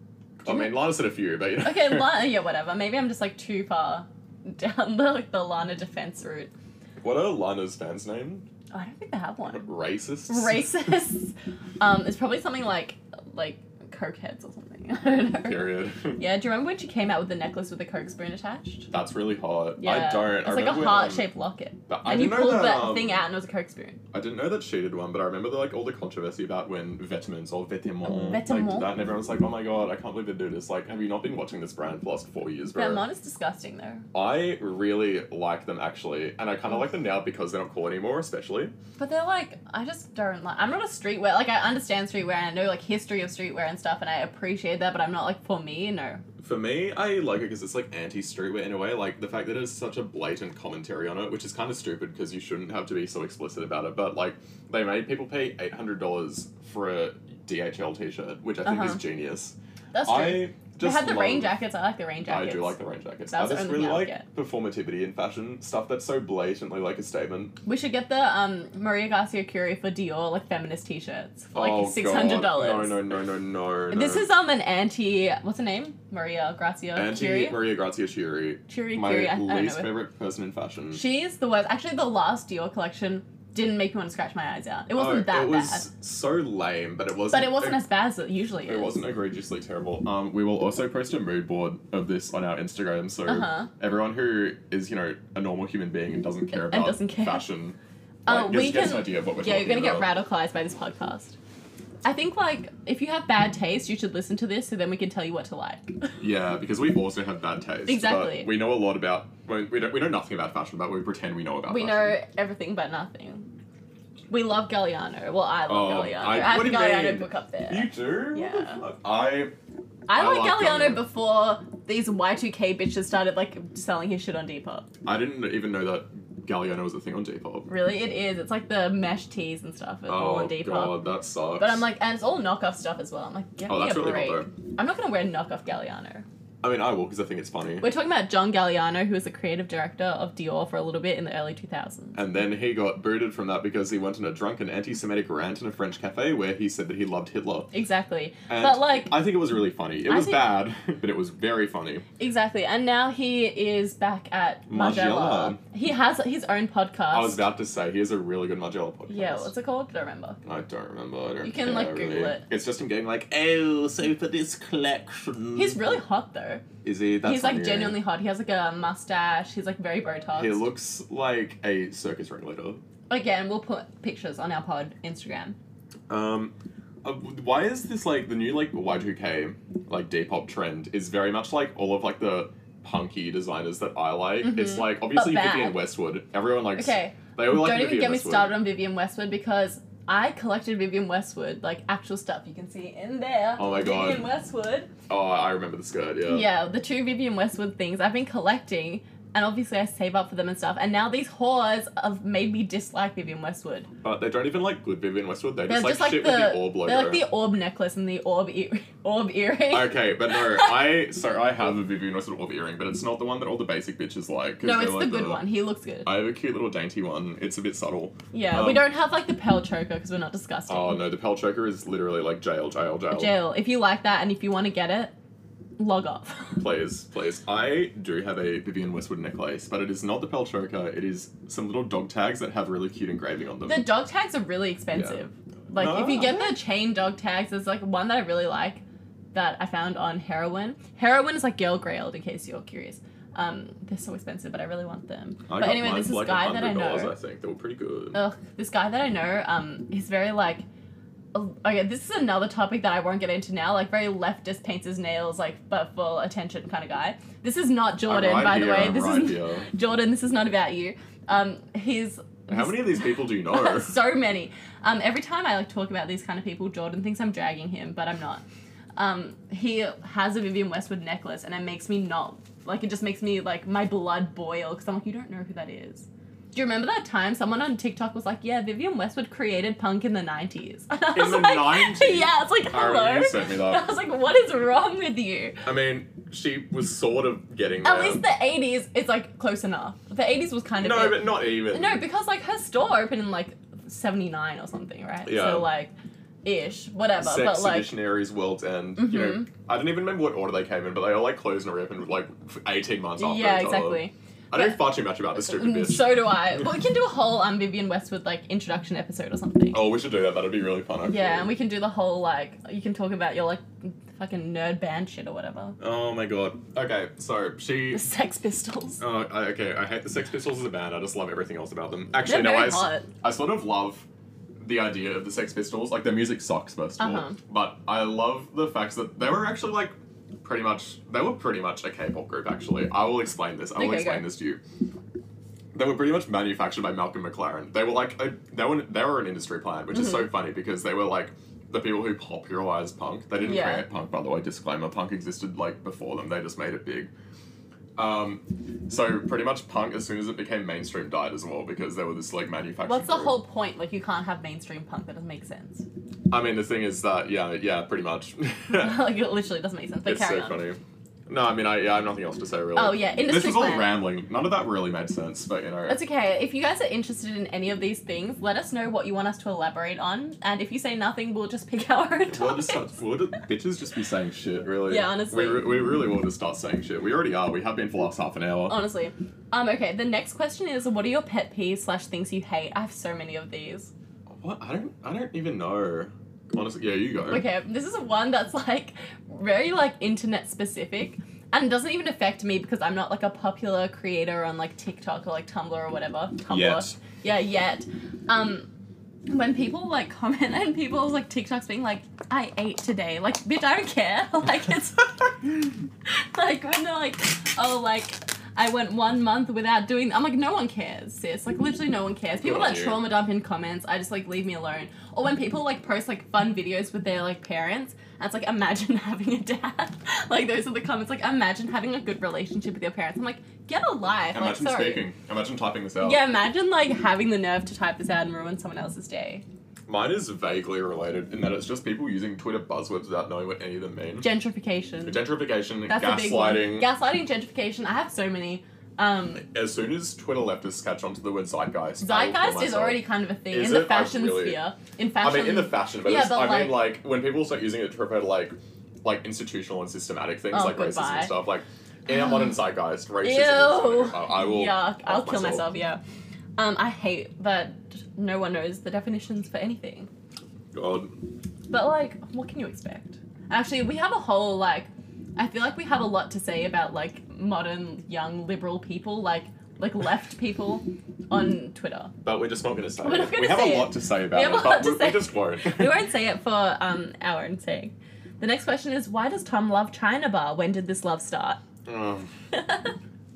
Speaker 2: I mean, Lana said a few, but you know.
Speaker 1: Okay, Lana, yeah, whatever. Maybe I'm just like too far down the like the Lana defense route.
Speaker 2: what are Lana's fans' name?
Speaker 1: Oh, I don't think they have one.
Speaker 2: Racists.
Speaker 1: racists. um, it's probably something like like cokeheads or something. I don't know.
Speaker 2: Period.
Speaker 1: Yeah, do you remember when she came out with the necklace with the coke spoon attached?
Speaker 2: That's really hot.
Speaker 1: Yeah.
Speaker 2: I don't.
Speaker 1: It's
Speaker 2: I
Speaker 1: like a
Speaker 2: remember when,
Speaker 1: heart shaped locket.
Speaker 2: But I
Speaker 1: And you
Speaker 2: didn't know
Speaker 1: pulled
Speaker 2: that,
Speaker 1: that
Speaker 2: um,
Speaker 1: thing out and it was a coke spoon.
Speaker 2: I didn't know that she did one, but I remember the, like all the controversy about when Vetements or Vetements
Speaker 1: Oh,
Speaker 2: like,
Speaker 1: Vetements.
Speaker 2: did that, and everyone was like, "Oh my god, I can't believe they do this!" Like, have you not been watching this brand for the last four years, bro?
Speaker 1: That mod is disgusting though.
Speaker 2: I really like them actually, and I kind of like them now because they're not cool anymore, especially.
Speaker 1: But they're like, I just don't like. I'm not a streetwear. Like I understand streetwear and I know like history of streetwear and stuff, and I appreciate that. But I'm not like for me, no.
Speaker 2: For me, I like it because it's like anti streetwear in a way. Like the fact that it's such a blatant commentary on it, which is kind of stupid because you shouldn't have to be so explicit about it. But like they made people pay eight hundred dollars for a DHL T-shirt, which I think is
Speaker 1: Uh-huh.
Speaker 2: genius.
Speaker 1: That's true.
Speaker 2: I
Speaker 1: they
Speaker 2: just
Speaker 1: had the rain
Speaker 2: love-
Speaker 1: jackets. I like the rain jackets.
Speaker 2: I do like the rain jackets.
Speaker 1: That was
Speaker 2: I
Speaker 1: the
Speaker 2: just
Speaker 1: only
Speaker 2: really like
Speaker 1: thing I
Speaker 2: performativity in fashion stuff that's so blatantly like a statement.
Speaker 1: We should get the um, Maria Garcia Curie for Dior like feminist T-shirts for like
Speaker 2: oh, God.
Speaker 1: six hundred dollars.
Speaker 2: No, no, no, no, no.
Speaker 1: This is um an anti what's her name Maria Gracia
Speaker 2: Auntie
Speaker 1: Curie
Speaker 2: Maria Grazia Chiuri.
Speaker 1: Curie
Speaker 2: My
Speaker 1: Curie I, I don't know
Speaker 2: least
Speaker 1: what-
Speaker 2: favorite person in fashion.
Speaker 1: she's the worst actually the last Dior collection didn't make me want to scratch my eyes out it wasn't
Speaker 2: Oh,
Speaker 1: that
Speaker 2: it was
Speaker 1: bad
Speaker 2: so lame, but it wasn't.
Speaker 1: but it wasn't as bad as it usually
Speaker 2: It,
Speaker 1: is
Speaker 2: wasn't egregiously terrible. Um, we will also post a mood board of this on our Instagram, so
Speaker 1: Uh-huh.
Speaker 2: everyone who is you know a normal human being and doesn't care
Speaker 1: And
Speaker 2: about
Speaker 1: doesn't care.
Speaker 2: fashion,
Speaker 1: Uh,
Speaker 2: like, gets,
Speaker 1: we
Speaker 2: gets
Speaker 1: can-
Speaker 2: an idea of what we're
Speaker 1: yeah you're
Speaker 2: talking
Speaker 1: gonna get
Speaker 2: about.
Speaker 1: radicalized by this podcast I think like if you have bad taste you should listen to this so then we can tell you what to like
Speaker 2: Yeah, because we also have bad taste. but
Speaker 1: Exactly.
Speaker 2: we know a lot about. well, We don't, we know nothing about fashion, but we pretend we know about
Speaker 1: we
Speaker 2: fashion.
Speaker 1: know everything but nothing we love Galliano well I love
Speaker 2: Oh,
Speaker 1: Galliano
Speaker 2: I-
Speaker 1: I have
Speaker 2: what
Speaker 1: a
Speaker 2: do you
Speaker 1: Galliano
Speaker 2: mean?
Speaker 1: book up there
Speaker 2: You do? What the
Speaker 1: Yeah.
Speaker 2: fuck? I
Speaker 1: I,
Speaker 2: I
Speaker 1: like
Speaker 2: like
Speaker 1: Galliano
Speaker 2: Galliano.
Speaker 1: before these Y2K bitches started like selling his shit on Depop.
Speaker 2: I didn't even know that Galliano was a thing on Depop.
Speaker 1: Really, it is. It's like the mesh tees and stuff. It's all
Speaker 2: Oh
Speaker 1: on Depop.
Speaker 2: god, that sucks.
Speaker 1: But I'm like, and it's all knockoff stuff as well. I'm like, give
Speaker 2: oh,
Speaker 1: me a
Speaker 2: that's really
Speaker 1: break.
Speaker 2: hot though.
Speaker 1: I'm not gonna wear knockoff Galliano.
Speaker 2: I mean, I will because I think it's funny.
Speaker 1: We're talking about John Galliano, who was the creative director of Dior for a little bit in the early 2000s.
Speaker 2: And then he got booted from that because he went on a drunken anti-Semitic rant in a French cafe where he said that he loved Hitler.
Speaker 1: Exactly.
Speaker 2: And
Speaker 1: But, like-
Speaker 2: I think it was really funny. It
Speaker 1: I
Speaker 2: was
Speaker 1: think-
Speaker 2: bad, but it was very funny.
Speaker 1: Exactly. And now he is back at Margiela.
Speaker 2: Margiela. Oh,
Speaker 1: He has his own podcast.
Speaker 2: I was about to say he has a really good Margiela podcast.
Speaker 1: yeah, what's it called? don't remember.
Speaker 2: I don't remember. I don't
Speaker 1: You can, like,
Speaker 2: care,
Speaker 1: Google
Speaker 2: really.
Speaker 1: it.
Speaker 2: It's just him going like, "Oh, so for this collection,
Speaker 1: He's really hot though.
Speaker 2: is he? That's
Speaker 1: he's like
Speaker 2: funny. eh?
Speaker 1: genuinely hot. He has like a mustache. He's like very Botox.
Speaker 2: He looks like a circus regulator.
Speaker 1: Again, we'll put pictures on our pod Instagram.
Speaker 2: Um, uh, why is this like the new like Y two K like Depop trend is very much like all of like the punky designers that I like. It's like obviously
Speaker 1: Mm-hmm. But bad.
Speaker 2: Vivienne Westwood. Everyone likes.
Speaker 1: Okay,
Speaker 2: They all like
Speaker 1: don't even
Speaker 2: Vivienne
Speaker 1: get me
Speaker 2: Westwood.
Speaker 1: started on Vivian Westwood because I collected Vivian Westwood, like actual stuff you can see in there.
Speaker 2: Oh my God.
Speaker 1: Vivian Westwood.
Speaker 2: Oh, I remember the skirt. Yeah.
Speaker 1: Yeah. the two Vivian Westwood things I've been collecting, and obviously I save up for them and stuff. And now these whores have made me dislike Vivian Westwood.
Speaker 2: But they don't even like good Vivienne Westwood. They
Speaker 1: They're
Speaker 2: just like
Speaker 1: just like
Speaker 2: shit
Speaker 1: the,
Speaker 2: with the orb logo.
Speaker 1: they're like the orb necklace and the orb ear orb earring.
Speaker 2: Okay, but no, I so I have a Vivienne Westwood orb earring, but it's not the one that all the basic bitches like. 'cause
Speaker 1: no,
Speaker 2: they're
Speaker 1: it's the
Speaker 2: like
Speaker 1: good one. He looks good.
Speaker 2: I have a cute little dainty one. It's a bit subtle.
Speaker 1: Yeah, we
Speaker 2: Um,
Speaker 1: don't have like the pearl choker because we're not disgusting.
Speaker 2: Oh no, the Pell Choker is literally like jail, jail, jail.
Speaker 1: Jill, if you like that and if you want to get it, log off.
Speaker 2: Please, please. I do have a Vivian Westwood necklace, but it is not the Pell Choker. It is some little dog tags that have really cute engraving on them.
Speaker 1: the dog tags are really expensive. Like if
Speaker 2: Ah.
Speaker 1: you get the chain dog tags, there's like one that I really like that I found on heroin. Heroin is like girl grailed in case you're curious. Um, they're so expensive, but I really want them. but
Speaker 2: I got
Speaker 1: anyway,
Speaker 2: mine
Speaker 1: this
Speaker 2: for
Speaker 1: is
Speaker 2: like
Speaker 1: guy that I
Speaker 2: $100,
Speaker 1: know. Oh,
Speaker 2: I think they were pretty good.
Speaker 1: Ugh, this guy that I know, um, he's very like. oh, Okay, this is another topic that I won't get into now. Like very leftist, paints his nails, like but full attention kind of guy. This is not
Speaker 2: I'm
Speaker 1: Jordan,
Speaker 2: right
Speaker 1: by the
Speaker 2: here,
Speaker 1: way.
Speaker 2: I'm
Speaker 1: This
Speaker 2: right
Speaker 1: is
Speaker 2: here.
Speaker 1: Jordan. This is not about you. Um, he's
Speaker 2: How many of these people do you know?
Speaker 1: so many. Um, every time I like talk about these kind of people, Jordan thinks I'm dragging him, but I'm not. Um, he has a Vivian Westwood necklace, and it makes me not like it. Just makes me like my blood boil because I'm like, you don't know who that is. Do you remember that time someone on TikTok was like, "Yeah, Vivian Westwood created punk in the '90s." And I
Speaker 2: In
Speaker 1: was
Speaker 2: the
Speaker 1: like,
Speaker 2: 90s?
Speaker 1: Yeah, it's like
Speaker 2: I
Speaker 1: hello.
Speaker 2: remember you sent me that.
Speaker 1: I was like, what is wrong with you?
Speaker 2: I mean, she was sort of getting there.
Speaker 1: At least the '80s is like close enough. The '80s was kind of
Speaker 2: no,
Speaker 1: it.
Speaker 2: but not even.
Speaker 1: No, because like her store opened in like seventy nine or something, right?
Speaker 2: Yeah.
Speaker 1: So like ish, whatever.
Speaker 2: Sex
Speaker 1: but like
Speaker 2: Dictionaries, World's End. You know,
Speaker 1: Mhm.
Speaker 2: I don't even remember what order they came in, but they all like closed and reopened like f- eighteen months after
Speaker 1: Yeah,
Speaker 2: each other.
Speaker 1: exactly. Mm,
Speaker 2: I I don't far too much about this stupid bitch.
Speaker 1: So do I. Well, we can do a whole um, Vivian Westwood like introduction episode or something.
Speaker 2: oh, we should do that. That'd be really fun. actually.
Speaker 1: Yeah, and we can do the whole like you can talk about your like fucking nerd band shit or whatever.
Speaker 2: Oh my god. Okay, so she.
Speaker 1: The Sex Pistols.
Speaker 2: Oh, I, okay. I hate the Sex Pistols as a band. I just love everything else about them.
Speaker 1: They're
Speaker 2: Actually, no,
Speaker 1: very
Speaker 2: I, s-
Speaker 1: hot.
Speaker 2: I sort of love the idea of the Sex Pistols. Like, their music sucks, first of
Speaker 1: Uh-huh.
Speaker 2: all. But I love the fact that they were actually, like, pretty much... They were pretty much a K-pop group, actually. I will explain this. I will
Speaker 1: Okay, go.
Speaker 2: explain this to you. They were pretty much manufactured by Malcolm McLaren. They were, like... A, they, were, they were an industry plant, which is
Speaker 1: Mm-hmm.
Speaker 2: so funny because they were, like... The people who popularized punk, they didn't
Speaker 1: Yeah.
Speaker 2: create punk, by the way. Disclaimer: punk existed like before them. They just made it big. Um, so pretty much punk, as soon as it became mainstream, died as well because there were this like manufactured.
Speaker 1: What's the
Speaker 2: group.
Speaker 1: whole point? Like you can't have mainstream punk. That doesn't make sense.
Speaker 2: I mean, the thing is that yeah, yeah, pretty much.
Speaker 1: like it literally doesn't make sense. But
Speaker 2: it's
Speaker 1: carry
Speaker 2: so
Speaker 1: on.
Speaker 2: funny. No, I mean, I yeah, I have nothing else to say really.
Speaker 1: Oh, yeah, industry
Speaker 2: This was all
Speaker 1: plan.
Speaker 2: rambling. None of that really made sense, but you know.
Speaker 1: That's okay. If you guys are interested in any of these things, let us know what you want us to elaborate on. And if you say nothing, we'll just pick our own topics.
Speaker 2: We'll just start, we'll just, bitches just be saying shit, really.
Speaker 1: Yeah, honestly.
Speaker 2: We, re- we really will just start saying shit. We already are. We have been for the last half an hour.
Speaker 1: Honestly. Um, okay, the next question is what are your pet peeves slash things you hate? I have so many of these.
Speaker 2: What? I don't. I don't even know. Honestly, yeah, you go.
Speaker 1: Okay, this is one that's like very like internet specific and doesn't even affect me because I'm not like a popular creator on like TikTok or like Tumblr or whatever. Tumblr.
Speaker 2: Yet.
Speaker 1: Yeah, yet. Um when people like comment and people like TikToks being like, I ate today, like bitch, I don't care. Like it's like when they're like, oh like I went one month without doing. I'm like, no one cares, sis. Like, literally, no one cares. People
Speaker 2: on
Speaker 1: that
Speaker 2: you.
Speaker 1: trauma dump in comments, I just like leave me alone. Or when people like post like fun videos with their like parents, and it's like, imagine having a dad. like, those are the comments. Like, imagine having a good relationship with your parents. I'm like, get a life. like,
Speaker 2: Imagine
Speaker 1: sorry.
Speaker 2: speaking. Imagine typing this out.
Speaker 1: Yeah, imagine like having the nerve to type this out and ruin someone else's day.
Speaker 2: Mine is vaguely related in that it's just people using Twitter buzzwords without knowing what any of them mean.
Speaker 1: Gentrification.
Speaker 2: Gentrification,
Speaker 1: That's a big one.
Speaker 2: gaslighting.
Speaker 1: Gaslighting, gentrification. I have so many. Um,
Speaker 2: as soon as Twitter leftists catch onto the word zeitgeist, I will kill
Speaker 1: zeitgeist is
Speaker 2: myself.
Speaker 1: already kind of a thing
Speaker 2: Is
Speaker 1: in the
Speaker 2: it? I
Speaker 1: fashion
Speaker 2: really-
Speaker 1: sphere. In
Speaker 2: I
Speaker 1: fashion,
Speaker 2: mean, in the fashion, but,
Speaker 1: Yeah,
Speaker 2: it's-
Speaker 1: but,
Speaker 2: I mean, like when people start using it to refer to like, like institutional and systematic things,
Speaker 1: Oh,
Speaker 2: like racism
Speaker 1: goodbye.
Speaker 2: and stuff. Like, in our modern zeitgeist, racism. is-
Speaker 1: Ew.
Speaker 2: I, I will.
Speaker 1: Yuck. I'll
Speaker 2: off
Speaker 1: kill myself. Yeah. Um, I hate that no one knows the definitions for anything.
Speaker 2: God.
Speaker 1: But like, what can you expect? Actually, we have a whole like. I feel like we have a lot to say about like modern young liberal people, like like left people, on Twitter.
Speaker 2: But we're just not going to say
Speaker 1: We're not
Speaker 2: it.
Speaker 1: gonna
Speaker 2: We have
Speaker 1: say
Speaker 2: a
Speaker 1: it.
Speaker 2: lot to say about
Speaker 1: We have
Speaker 2: it,
Speaker 1: a lot
Speaker 2: but
Speaker 1: to
Speaker 2: we,
Speaker 1: say.
Speaker 2: we just won't.
Speaker 1: We won't say it for um our own sake. The next question is why does Tom love China Bar? When did this love start?
Speaker 2: Um,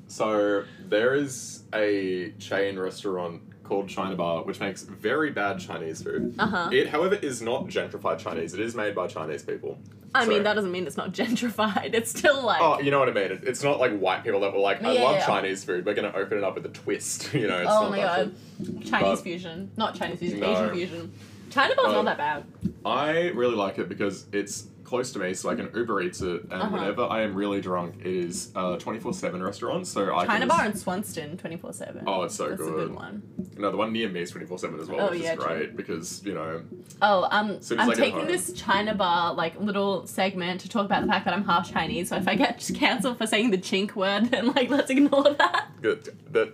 Speaker 2: So there is a chain restaurant called China Bar, which makes very bad Chinese food.
Speaker 1: Uh huh.
Speaker 2: It, however, is not gentrified Chinese. It is made by Chinese people.
Speaker 1: I mean,
Speaker 2: So-
Speaker 1: that doesn't mean it's not gentrified. It's still like
Speaker 2: Oh, you know what I mean? It, it's not like white people that were like, "I
Speaker 1: Yeah,
Speaker 2: love
Speaker 1: yeah.
Speaker 2: Chinese food. We're going to open it up with a twist." You know? It's
Speaker 1: Oh
Speaker 2: not
Speaker 1: my
Speaker 2: that
Speaker 1: god. Chinese
Speaker 2: But-
Speaker 1: fusion. Not Chinese fusion,
Speaker 2: No.
Speaker 1: Asian fusion. China bar's
Speaker 2: Oh.
Speaker 1: not that bad.
Speaker 2: good. I really like it because it's close to me, so I can Uber Eats it, and
Speaker 1: Uh-huh.
Speaker 2: whenever I am really drunk, it is a twenty-four-seven restaurant. So I
Speaker 1: China
Speaker 2: can
Speaker 1: bar in Swanston 24 7.
Speaker 2: Oh, it's so
Speaker 1: That's a
Speaker 2: good.
Speaker 1: good one.
Speaker 2: no, the one near me is twenty-four-seven as well,
Speaker 1: Oh,
Speaker 2: which
Speaker 1: yeah,
Speaker 2: is
Speaker 1: true.
Speaker 2: great because you know
Speaker 1: Oh, um,
Speaker 2: Soon as
Speaker 1: I'm
Speaker 2: I get
Speaker 1: taking
Speaker 2: home.
Speaker 1: this China bar like little segment to talk about the fact that I'm half Chinese. So if I get cancelled for saying the chink word, then like let's ignore that.
Speaker 2: Good. That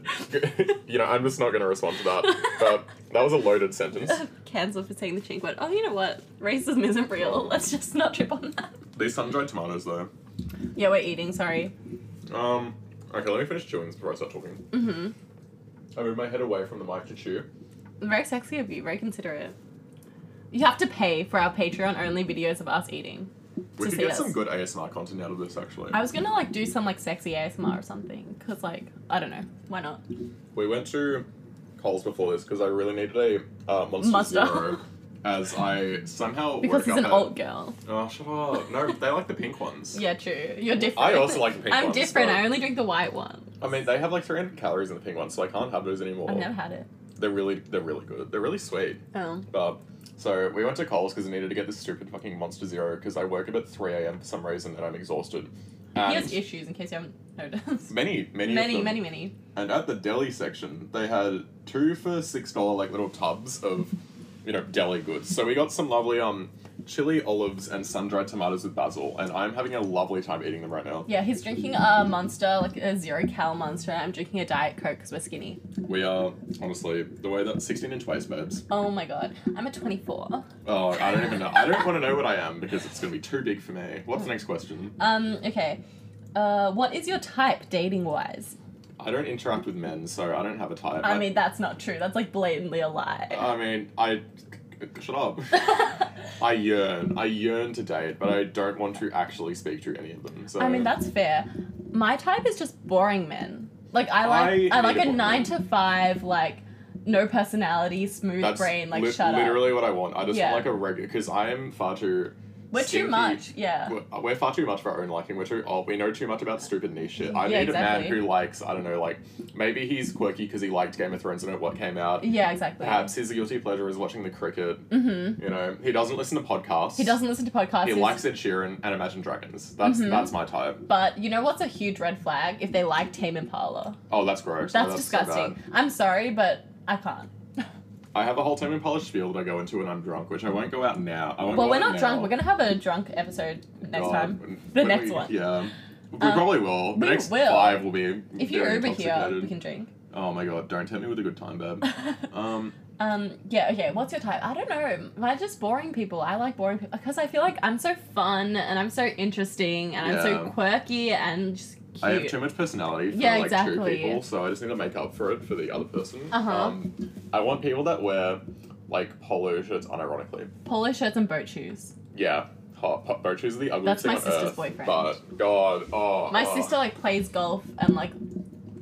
Speaker 2: you know, I'm just not going to respond to that. But that was a loaded sentence.
Speaker 1: cancelled for saying the chink word. Oh, you know what? Racism isn't real. Let's just not trip on that.
Speaker 2: These sun-dried tomatoes, though.
Speaker 1: Yeah, we're eating. Sorry.
Speaker 2: Um. Okay, let me finish chewing before I start talking.
Speaker 1: Mm-hmm.
Speaker 2: I moved my head away from the mic to chew.
Speaker 1: Very sexy of you. Very considerate. You have to pay for our Patreon only videos of us eating.
Speaker 2: We
Speaker 1: To
Speaker 2: could
Speaker 1: see
Speaker 2: get
Speaker 1: us.
Speaker 2: some good ASMR content out of this, actually.
Speaker 1: I was gonna like do some like sexy ASMR or something, cause like I don't know, why not?
Speaker 2: We went to Coles before this because I really needed a uh, Monster
Speaker 1: Monster.
Speaker 2: Zero. As I somehow
Speaker 1: Because
Speaker 2: worked
Speaker 1: he's an
Speaker 2: out
Speaker 1: alt girl.
Speaker 2: that- Oh, shut up! No, they like the pink ones.
Speaker 1: Yeah, true. You're different.
Speaker 2: I also like the pink
Speaker 1: I'm
Speaker 2: ones,
Speaker 1: different.
Speaker 2: but-
Speaker 1: I only drink the white one.
Speaker 2: I mean, oh. they have like 300 calories in the pink ones, so I can't have those anymore.
Speaker 1: I've never had it.
Speaker 2: They're really, they're really good. They're really sweet.
Speaker 1: Oh.
Speaker 2: But so we went to Coles because I needed to get this stupid fucking Monster Zero because I woke up at 3 a.m. for some reason and I'm exhausted.
Speaker 1: he has
Speaker 2: And
Speaker 1: issues, in case you haven't noticed.
Speaker 2: many, many, of
Speaker 1: Many,
Speaker 2: them.
Speaker 1: many, many.
Speaker 2: And at the deli section, they had two for six dollar like little tubs of, you know, deli goods. So we got some lovely um chili, olives, and sun dried tomatoes with basil, and I'm having a lovely time eating them right now.
Speaker 1: Yeah, he's drinking a monster, like a zero cal monster. and I'm drinking a diet coke because we're skinny.
Speaker 2: We are, honestly, the way that 16 inch waist, babes.
Speaker 1: Oh my god, I'm a 24.
Speaker 2: Oh, I don't even know. I don't want to know what I am because it's going to be too big for me. What's the next question?
Speaker 1: Um, okay. Uh, what is your type dating wise?
Speaker 2: I don't interact with men, so I don't have a type.
Speaker 1: I mean, that's not true. That's like blatantly a lie.
Speaker 2: I mean, I. Shut up. I yearn. I yearn to date, but I don't want to actually speak to any of them. So
Speaker 1: I mean, that's fair. My type is just boring men. Like I like I,
Speaker 2: I
Speaker 1: like
Speaker 2: hate
Speaker 1: a
Speaker 2: a
Speaker 1: nine
Speaker 2: boring
Speaker 1: to five, like no personality, smooth
Speaker 2: that's
Speaker 1: brain, like
Speaker 2: lit-
Speaker 1: shut up.
Speaker 2: literally what I want. I just
Speaker 1: Yeah.
Speaker 2: want like a regular because I am far too.
Speaker 1: We're too
Speaker 2: stinky-
Speaker 1: much. Yeah.
Speaker 2: We're, we're far too much for our own liking. We're too old. We know too much about stupid niche shit. I
Speaker 1: Yeah,
Speaker 2: need a
Speaker 1: exactly.
Speaker 2: man who likes. I don't know. Like maybe he's quirky because he liked Game of Thrones and what came out.
Speaker 1: Yeah, exactly.
Speaker 2: Perhaps his guilty pleasure is watching the cricket.
Speaker 1: Mm-hmm.
Speaker 2: You know, he doesn't listen to podcasts.
Speaker 1: He doesn't listen to podcasts.
Speaker 2: He
Speaker 1: he's-
Speaker 2: likes Ed Sheeran and Imagine Dragons. That's
Speaker 1: Mhm.
Speaker 2: that's my type.
Speaker 1: But you know what's a huge red flag? If they like Tame Impala.
Speaker 2: Oh, that's gross. No,
Speaker 1: That's,
Speaker 2: so
Speaker 1: disgusting.
Speaker 2: bad.
Speaker 1: I'm sorry, but I can't.
Speaker 2: I have a whole Tame Impala spiel that I go into when I'm drunk, which I won't go out now. I won't
Speaker 1: well,
Speaker 2: go
Speaker 1: we're
Speaker 2: out
Speaker 1: not
Speaker 2: now.
Speaker 1: drunk. We're gonna have a drunk episode next
Speaker 2: God,
Speaker 1: time.
Speaker 2: when-
Speaker 1: The
Speaker 2: when
Speaker 1: next
Speaker 2: we-
Speaker 1: one.
Speaker 2: Yeah. We
Speaker 1: Um,
Speaker 2: probably will. The
Speaker 1: we
Speaker 2: next
Speaker 1: will.
Speaker 2: five will be.
Speaker 1: If you're
Speaker 2: very
Speaker 1: over here,
Speaker 2: intoxicated.
Speaker 1: we can drink.
Speaker 2: Oh my god! Don't tempt me with a good time, babe. Um,
Speaker 1: um. Yeah. Okay. What's your type? I don't know. Am I just boring people? I like boring people because I feel like I'm so fun and I'm so interesting and I'm so
Speaker 2: Yeah.
Speaker 1: quirky and just cute.
Speaker 2: I have too much personality for
Speaker 1: Yeah,
Speaker 2: like two
Speaker 1: exactly.
Speaker 2: people, so I just need to make up for it for the other person.
Speaker 1: Uh-huh.
Speaker 2: Um, I want people that wear like polo shirts unironically.
Speaker 1: Polo shirts and boat shoes.
Speaker 2: Yeah, hot pop boat shoes are the ugliest
Speaker 1: That's
Speaker 2: thing
Speaker 1: my
Speaker 2: on
Speaker 1: sister's
Speaker 2: earth,
Speaker 1: boyfriend.
Speaker 2: But God, oh,
Speaker 1: My
Speaker 2: oh.
Speaker 1: sister like plays golf and like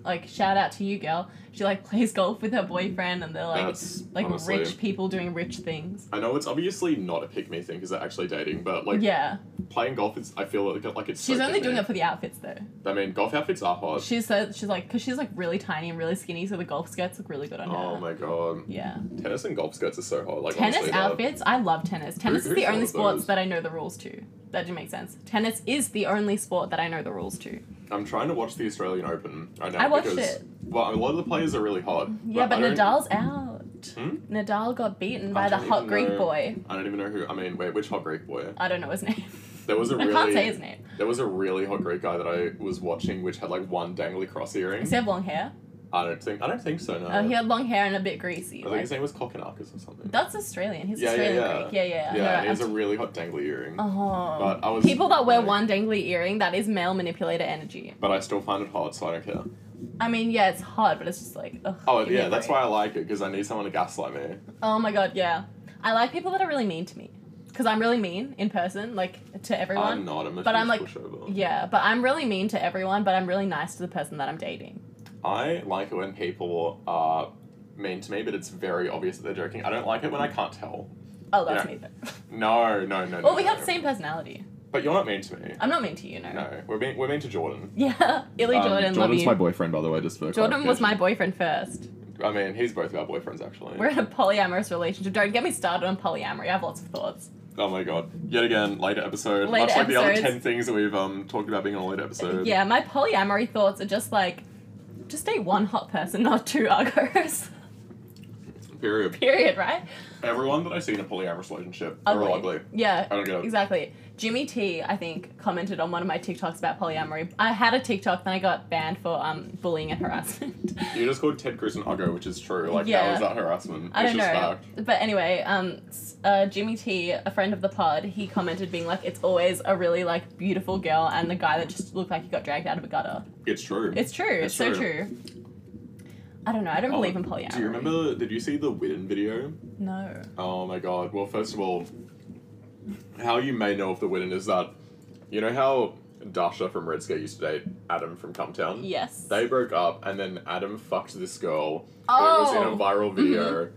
Speaker 1: like shout out to you girl. She like plays golf with her boyfriend and they're like
Speaker 2: That's
Speaker 1: like
Speaker 2: honestly-
Speaker 1: rich people doing rich things.
Speaker 2: I know it's obviously not a pick me thing because they're actually dating, but like
Speaker 1: yeah.
Speaker 2: playing golf is. I feel like, like it's.
Speaker 1: She's
Speaker 2: so
Speaker 1: only doing it
Speaker 2: pick
Speaker 1: for the outfits though.
Speaker 2: me. I mean, golf outfits are hot.
Speaker 1: She said she's like cuz she's like really tiny and really skinny so the golf skirts look really good on her.
Speaker 2: Oh my god,
Speaker 1: yeah.
Speaker 2: tennis and golf skirts are so hot. Like
Speaker 1: tennis
Speaker 2: honestly, they're-
Speaker 1: outfits. I love tennis. Tennis is
Speaker 2: who
Speaker 1: the
Speaker 2: thought
Speaker 1: only
Speaker 2: of
Speaker 1: sports
Speaker 2: those?
Speaker 1: that I know the rules to. That didn't make sense. Tennis is the only sport that I know the rules to.
Speaker 2: I'm trying to watch the Australian Open right now.
Speaker 1: I watched
Speaker 2: because,
Speaker 1: it.
Speaker 2: Well, a lot of the players are really hot.
Speaker 1: Yeah, but,
Speaker 2: I don't-
Speaker 1: Nadal's out.
Speaker 2: Hmm?
Speaker 1: Nadal got beaten
Speaker 2: I
Speaker 1: by the
Speaker 2: don't
Speaker 1: hot
Speaker 2: even
Speaker 1: Greek
Speaker 2: know.
Speaker 1: boy.
Speaker 2: I don't even know who. I mean, wait, which hot Greek boy?
Speaker 1: I don't know his name.
Speaker 2: There was a
Speaker 1: I
Speaker 2: really.
Speaker 1: can't say his name.
Speaker 2: There was a really hot Greek guy that I was watching, which had like one dangly cross earring.
Speaker 1: Does he have long hair?
Speaker 2: I don't think. I don't think so. No.
Speaker 1: Uh, he had long hair and a bit greasy.
Speaker 2: I think
Speaker 1: like-
Speaker 2: his name was Kokonakis or something.
Speaker 1: that's Australian. He's
Speaker 2: Yeah, yeah,
Speaker 1: Australian
Speaker 2: yeah.
Speaker 1: Greek. Yeah, yeah.
Speaker 2: yeah,
Speaker 1: No,
Speaker 2: and he has a
Speaker 1: I'm-
Speaker 2: really hot dangly earring.
Speaker 1: Oh.
Speaker 2: But I was-
Speaker 1: People that wear
Speaker 2: like-
Speaker 1: one dangly earring, that is male manipulator energy.
Speaker 2: But I still find it hot, so I don't care.
Speaker 1: I mean, yeah, it's hard, but it's just like. Ugh,
Speaker 2: Oh
Speaker 1: give me
Speaker 2: yeah,
Speaker 1: a
Speaker 2: that's
Speaker 1: break.
Speaker 2: why I like it because I need someone to gaslight me.
Speaker 1: Oh my god, yeah. I like people that are really mean to me. Because I'm really mean in person, like to everyone.
Speaker 2: I'm not. I'm a
Speaker 1: But I'm,
Speaker 2: huge
Speaker 1: like-
Speaker 2: pushover.
Speaker 1: yeah, but I'm really mean to everyone, but I'm really nice to the person that I'm dating.
Speaker 2: I like it when people are mean to me, but it's very obvious that they're joking. I don't like it when I can't tell.
Speaker 1: Oh, that's
Speaker 2: Yeah.
Speaker 1: me though.
Speaker 2: No, no, no.
Speaker 1: Well,
Speaker 2: no,
Speaker 1: we
Speaker 2: no.
Speaker 1: have the same personality.
Speaker 2: But you're not mean to me.
Speaker 1: I'm not mean to you, no.
Speaker 2: No, we're mean. We're mean to Jordan.
Speaker 1: Yeah, Illy
Speaker 2: Um,
Speaker 1: Jordan, love
Speaker 2: Jordan's
Speaker 1: you.
Speaker 2: my boyfriend, by the way, just for
Speaker 1: Jordan was my
Speaker 2: clarification.
Speaker 1: boyfriend first.
Speaker 2: I mean, he's both of our boyfriends, actually.
Speaker 1: We're in a polyamorous relationship. Don't get me started on polyamory. I have lots of thoughts.
Speaker 2: Oh my god! Yet again, later episode.
Speaker 1: Later
Speaker 2: much like the other
Speaker 1: episodes.
Speaker 2: ten things that we've um talked about being on a later episode.
Speaker 1: Yeah, my polyamory thoughts are just like, just date one hot person, not two uggos.
Speaker 2: Period.
Speaker 1: Period, right?
Speaker 2: Everyone that I see in a polyamorous relationship, they're
Speaker 1: Ugly.
Speaker 2: all ugly.
Speaker 1: Yeah,
Speaker 2: I don't get it.
Speaker 1: Exactly. Jimmy T, I think, commented on one of my TikToks about polyamory. I had a TikTok, then I got banned for um, bullying and harassment.
Speaker 2: You just called Ted Cruz an uggo, which is true. Like,
Speaker 1: Yeah.
Speaker 2: how is that harassment?
Speaker 1: I
Speaker 2: it's
Speaker 1: don't know.
Speaker 2: just fact.
Speaker 1: But anyway, um, s- uh, Jimmy T, a friend of the pod, he commented being like, it's always a really like beautiful girl and the guy that just looked like he got dragged out of a gutter.
Speaker 2: It's true.
Speaker 1: It's true. It's,
Speaker 2: It's
Speaker 1: so true.
Speaker 2: true.
Speaker 1: I don't know. I don't
Speaker 2: Oh,
Speaker 1: believe in polyamory.
Speaker 2: Do you remember? Did you see the Widden video?
Speaker 1: No.
Speaker 2: Oh my god. Well, first of all, how you may know of the Widden is that you know how Dasha from Red Scare used to date Adam from Cumtown?
Speaker 1: Yes.
Speaker 2: They broke up, and then Adam fucked this girl.
Speaker 1: oh.
Speaker 2: It was in a viral video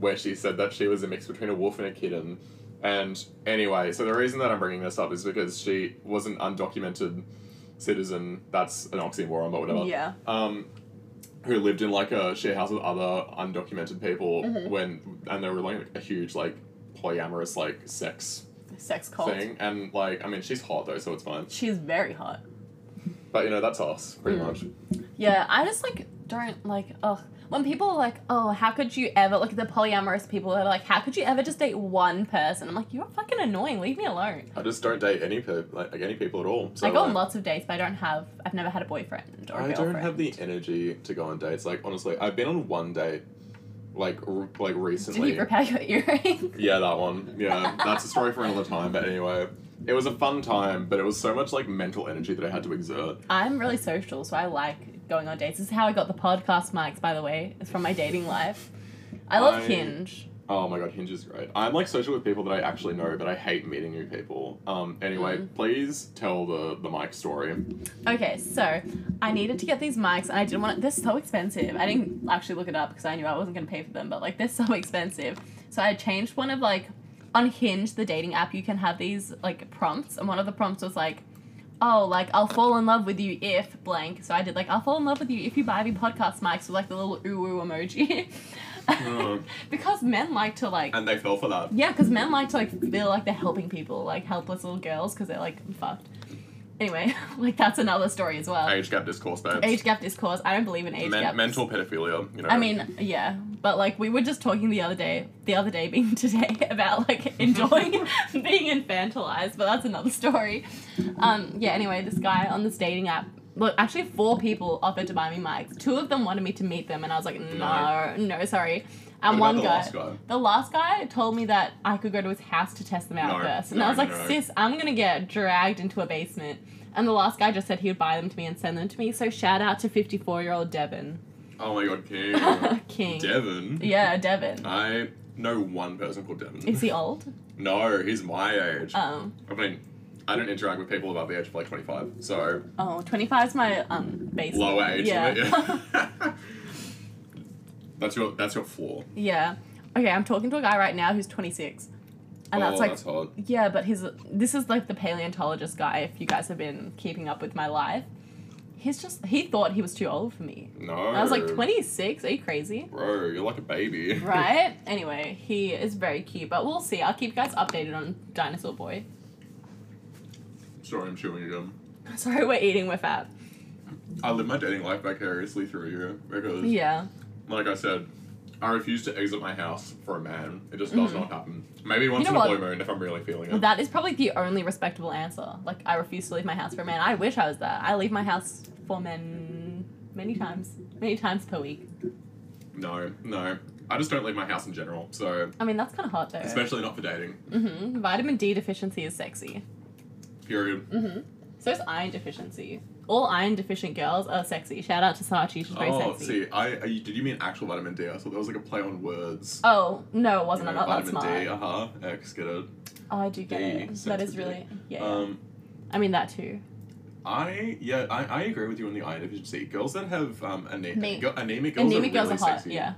Speaker 2: where she said that she was a mix between a wolf and a kitten. And anyway, so the reason that I'm bringing this up is because she was an undocumented citizen. That's an oxymoron, but whatever
Speaker 1: Yeah.
Speaker 2: um, who lived in like a share house with other undocumented people
Speaker 1: Mhm.
Speaker 2: when and they were like a huge like polyamorous like sex
Speaker 1: Sex cult.
Speaker 2: thing and like I mean she's hot though so it's fine
Speaker 1: She's very hot.
Speaker 2: but you know that's us pretty
Speaker 1: Mm.
Speaker 2: much
Speaker 1: Yeah, I just like don't like. Ugh. when people are like, oh, how could you ever, like the polyamorous people that are like, how could you ever just date one person? I'm like, you're fucking annoying. Leave me alone.
Speaker 2: I just don't date any pe- like, like any people at all. So
Speaker 1: I go on
Speaker 2: like,
Speaker 1: lots of dates, but I don't have, I've never had a boyfriend or a
Speaker 2: I
Speaker 1: girlfriend.
Speaker 2: don't have the energy to go on dates. Like honestly, I've been on one date, like r- like
Speaker 1: Did
Speaker 2: recently.
Speaker 1: he repair your earring?
Speaker 2: Yeah, that one. Yeah, that's a story for another time. But anyway, it was a fun time, but it was so much like mental energy that I had to exert.
Speaker 1: I'm really social, so I like going on dates. This is how I got the podcast mics, by the way. It's from my dating life. I love
Speaker 2: I-
Speaker 1: Hinge.
Speaker 2: Oh my god, Hinge is great. I'm like social with people that I actually know, but I hate meeting new people. Um, anyway,
Speaker 1: Mm.
Speaker 2: please tell the the mic story.
Speaker 1: Okay, so I needed to get these mics, and I didn't want. They're so expensive. I didn't actually look it up because I knew I wasn't gonna pay for them, but like they're so expensive. So I changed one of like on Hinge, the dating app. You can have these like prompts, and one of the prompts was like, "Oh, like I'll fall in love with you if blank." So I did like, "I'll fall in love with you if you buy me podcast mics" with like the little ooh ooh emoji,
Speaker 2: Mm.
Speaker 1: because men like to like
Speaker 2: And they fell for that.
Speaker 1: yeah, because men like to like feel like they're helping people, like helpless little girls, because they're like fucked. Anyway, like that's another story as well.
Speaker 2: Age gap discourse, babes.
Speaker 1: Age gap discourse. I don't believe in age
Speaker 2: Men-
Speaker 1: gap.
Speaker 2: mental pedophilia. You know.
Speaker 1: I mean, yeah, but like we were just talking the other day, the other day being today, about like enjoying being infantilized, but that's another story. Um, yeah. Anyway, this guy on this dating app. Look, actually, four people offered to buy me mics. Two of them wanted me to meet them, and I was like, no,
Speaker 2: No.
Speaker 1: no, sorry.
Speaker 2: What
Speaker 1: And
Speaker 2: about
Speaker 1: one
Speaker 2: the
Speaker 1: guy,
Speaker 2: last guy?
Speaker 1: the last guy told me that I could go to his house to test them out
Speaker 2: No,
Speaker 1: first. And
Speaker 2: no,
Speaker 1: I was like,
Speaker 2: no.
Speaker 1: sis, I'm gonna get dragged into a basement. And the last guy just said he would buy them to me and send them to me. So shout out to 54 year old Devin.
Speaker 2: Oh my god, King.
Speaker 1: King.
Speaker 2: Devon.
Speaker 1: yeah, Devin.
Speaker 2: I know one person called Devon.
Speaker 1: Is he old?
Speaker 2: No, he's my age.
Speaker 1: Um,
Speaker 2: I mean, I don't interact with people above the age of like 25, so
Speaker 1: oh, 25 is my um, base.
Speaker 2: low age.
Speaker 1: Yeah.
Speaker 2: yeah. that's your that's your floor.
Speaker 1: yeah. Okay, I'm talking to a guy right now who's 26. And
Speaker 2: oh,
Speaker 1: that's like,
Speaker 2: that's hard.
Speaker 1: yeah, but his, this is like the paleontologist guy, if you guys have been keeping up with my life. He's just, he thought he was too old for me.
Speaker 2: No.
Speaker 1: I was like 26. Are you crazy?
Speaker 2: Bro, you're like a baby.
Speaker 1: Right? anyway, he is very cute, but we'll see. I'll keep you guys updated on Dinosaur Boy.
Speaker 2: Sorry, I'm chewing gum.
Speaker 1: Sorry, we're eating. We're fat.
Speaker 2: I live my dating life vicariously through you because,
Speaker 1: Yeah.
Speaker 2: like I said, I refuse to exit my house for a man. It just does
Speaker 1: Mhm.
Speaker 2: not happen. Maybe once
Speaker 1: know
Speaker 2: in a
Speaker 1: what?
Speaker 2: blue moon if I'm really feeling it.
Speaker 1: That is probably the only respectable answer. Like, I refuse to leave my house for a man. I wish I was that. I leave my house for men many times, many times per week.
Speaker 2: No, no. I just don't leave my house in general, so
Speaker 1: I mean, that's kind of hot though.
Speaker 2: especially not for dating.
Speaker 1: hmm Vitamin D deficiency is sexy.
Speaker 2: Period.
Speaker 1: hmm So is iron deficiency. All iron deficient girls are sexy. Shout out to Sachi. She's very
Speaker 2: Oh,
Speaker 1: sexy.
Speaker 2: see, I, I did you mean actual vitamin D? I thought that was like a play on words.
Speaker 1: Oh no, it wasn't.
Speaker 2: You know,
Speaker 1: I'm not that
Speaker 2: vitamin
Speaker 1: smart.
Speaker 2: D, uh huh. X, get it.
Speaker 1: Oh, I do get
Speaker 2: D,
Speaker 1: it. That
Speaker 2: sexy
Speaker 1: is
Speaker 2: D.
Speaker 1: really yeah.
Speaker 2: Um,
Speaker 1: I mean that too.
Speaker 2: I yeah, I, I agree with you on the iron deficiency. Girls that have um ane-
Speaker 1: Me.
Speaker 2: go- anemic girls
Speaker 1: Anemic
Speaker 2: are
Speaker 1: girls
Speaker 2: really
Speaker 1: are hot.
Speaker 2: sexy.
Speaker 1: Yeah,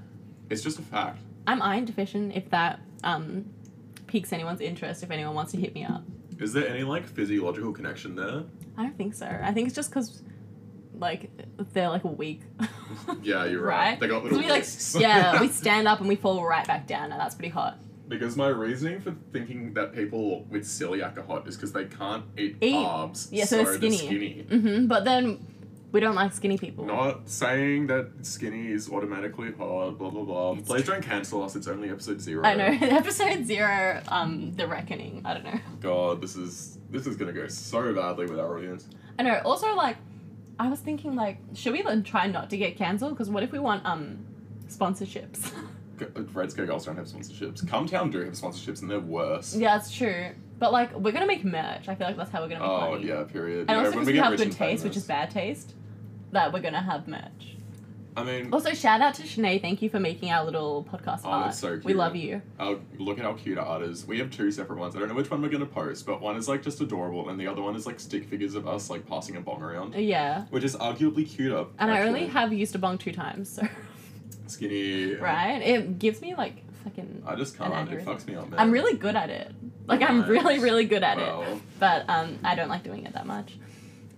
Speaker 2: It's just a fact.
Speaker 1: I'm iron deficient. If that um piques anyone's interest, if anyone wants to hit me up,
Speaker 2: Is there any like physiological connection there?
Speaker 1: I don't think so. I think it's just because like they're like weak.
Speaker 2: Yeah, you're right.
Speaker 1: Right?
Speaker 2: They got
Speaker 1: 'Cause
Speaker 2: little
Speaker 1: we like
Speaker 2: wrists.
Speaker 1: yeah, we stand up and we fall right back down, and that's pretty hot.
Speaker 2: Because my reasoning for thinking that people with celiac are hot is because they can't eat,
Speaker 1: Eat.
Speaker 2: carbs,
Speaker 1: Yeah, so
Speaker 2: so,
Speaker 1: they're
Speaker 2: they're
Speaker 1: skinny.
Speaker 2: skinny.
Speaker 1: hmm But then we don't like skinny people.
Speaker 2: Not saying that skinny is automatically hot, blah blah blah.
Speaker 1: It's-
Speaker 2: Please don't cancel us. It's only episode zero.
Speaker 1: I know episode zero, um, the reckoning. I don't know.
Speaker 2: God, this is this is gonna go so badly with our audience.
Speaker 1: I know. Also, like, I was thinking, like, should we then try not to get cancelled? Because what if we want um sponsorships?
Speaker 2: G- Red Scare Girls don't have sponsorships. Come Town do have sponsorships, and they're worse.
Speaker 1: yeah, that's true. But like, we're gonna make merch. I feel like that's how we're gonna make
Speaker 2: Oh
Speaker 1: money.
Speaker 2: yeah, period.
Speaker 1: And
Speaker 2: You know,
Speaker 1: also, because
Speaker 2: when
Speaker 1: we,
Speaker 2: we get
Speaker 1: have
Speaker 2: rich
Speaker 1: good
Speaker 2: and
Speaker 1: taste, which is
Speaker 2: famous-
Speaker 1: bad taste, that we're gonna have merch.
Speaker 2: I mean,
Speaker 1: Also, shout out to Shanae. Thank you for making our little podcast
Speaker 2: Oh,
Speaker 1: art.
Speaker 2: that's so
Speaker 1: We
Speaker 2: cute.
Speaker 1: love you.
Speaker 2: I'll look at how cute our art is. We have two separate ones. I don't know which one we're gonna post, but one is like just adorable, and the other one is like stick figures of us like passing a bong around,
Speaker 1: Yeah.
Speaker 2: which is arguably cuter.
Speaker 1: And I only
Speaker 2: actually.
Speaker 1: have used a bong two times, so
Speaker 2: skinny.
Speaker 1: right. It gives me like fucking.
Speaker 2: I just
Speaker 1: An
Speaker 2: can't. It
Speaker 1: aneurysm.
Speaker 2: fucks me up, man.
Speaker 1: I'm really good at it. Like I'm
Speaker 2: Nice.
Speaker 1: really, really good at it.
Speaker 2: Wow.
Speaker 1: but um, I don't like doing it that much.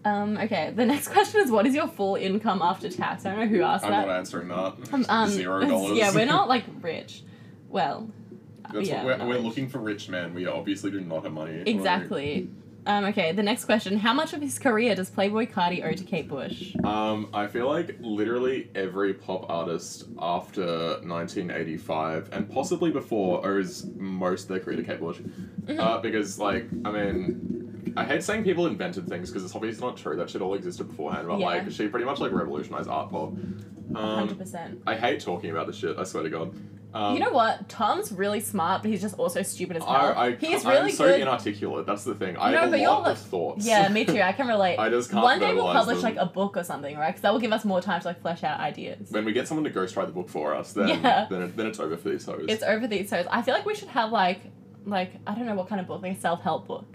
Speaker 1: Um, okay, the next question is what is your full income after tax? I don't know who asked
Speaker 2: I'm
Speaker 1: that.
Speaker 2: not answering that.
Speaker 1: Um, um,
Speaker 2: Zero dollars.
Speaker 1: Yeah, we're not like rich. Well,
Speaker 2: That's
Speaker 1: yeah,
Speaker 2: what we're,
Speaker 1: no.
Speaker 2: we're looking for rich men. We obviously do not have money. Like,
Speaker 1: exactly. Um, okay, the next question. How much of his career does Playboy Cardi owe to Kate Bush?
Speaker 2: Um, I feel like literally every pop artist after 1985 and possibly before owes most of their career to Kate Bush.
Speaker 1: Mm-hmm.
Speaker 2: Uh, because, like, I mean, I hate saying people invented things because it's obviously not true. That shit all existed beforehand. But,
Speaker 1: Yeah.
Speaker 2: like, she pretty much, like, revolutionized art pop. Um,
Speaker 1: 100%.
Speaker 2: I hate talking about this shit, I swear to God. Um,
Speaker 1: you know what? Tom's really smart, but he's just also stupid as hell.
Speaker 2: I, I,
Speaker 1: he's
Speaker 2: I'm
Speaker 1: really
Speaker 2: so
Speaker 1: good.
Speaker 2: inarticulate. That's the thing. I
Speaker 1: No,
Speaker 2: have a
Speaker 1: but you're
Speaker 2: lot
Speaker 1: the-
Speaker 2: of thoughts.
Speaker 1: yeah, me too. I can relate.
Speaker 2: I just can't
Speaker 1: One day we'll
Speaker 2: verbalize
Speaker 1: publish
Speaker 2: them.
Speaker 1: like a book or something, right? Because that will give us more time to like flesh out ideas.
Speaker 2: when we get someone to ghostwrite the book for us, then
Speaker 1: Yeah.
Speaker 2: then, it, then it's over for these hoes.
Speaker 1: It's over these shows. I feel like we should have like like I don't know what kind of book, like a self help book.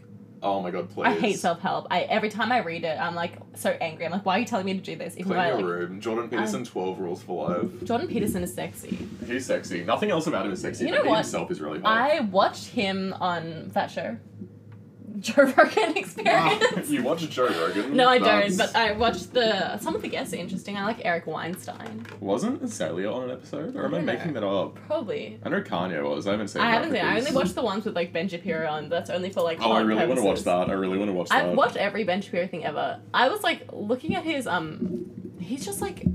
Speaker 2: oh my god, please.
Speaker 1: I hate self help. I every time I read it, I'm like so angry. I'm like, why are you telling me to do this? Even though
Speaker 2: Clean
Speaker 1: I
Speaker 2: your
Speaker 1: like
Speaker 2: room. Jordan Peterson, 12 rules for life.
Speaker 1: Jordan Peterson is sexy.
Speaker 2: He's sexy. Nothing else about him is sexy.
Speaker 1: You
Speaker 2: but
Speaker 1: know
Speaker 2: he
Speaker 1: what?
Speaker 2: himself is really hot.
Speaker 1: I watched him on that show, Joe Rogan
Speaker 2: Ah,
Speaker 1: Experience.
Speaker 2: you watch Joe Rogan?
Speaker 1: no, I
Speaker 2: That's-
Speaker 1: don't. But I watched the some of the guests are interesting. I like Eric Weinstein,
Speaker 2: Wasn't Azalea on an episode? Or am I,
Speaker 1: I don't
Speaker 2: making that up?
Speaker 1: probably.
Speaker 2: I know Kanye was. I haven't seen
Speaker 1: I
Speaker 2: that
Speaker 1: haven't seen. it. I
Speaker 2: because-
Speaker 1: only watched the ones with like Ben Shapiro on. That's only for like.
Speaker 2: Oh, I
Speaker 1: hot
Speaker 2: really want to watch
Speaker 1: purposes.
Speaker 2: that. I really want to watch that.
Speaker 1: I've watched every Ben Shapiro thing ever. I was like looking at his um, he's just like,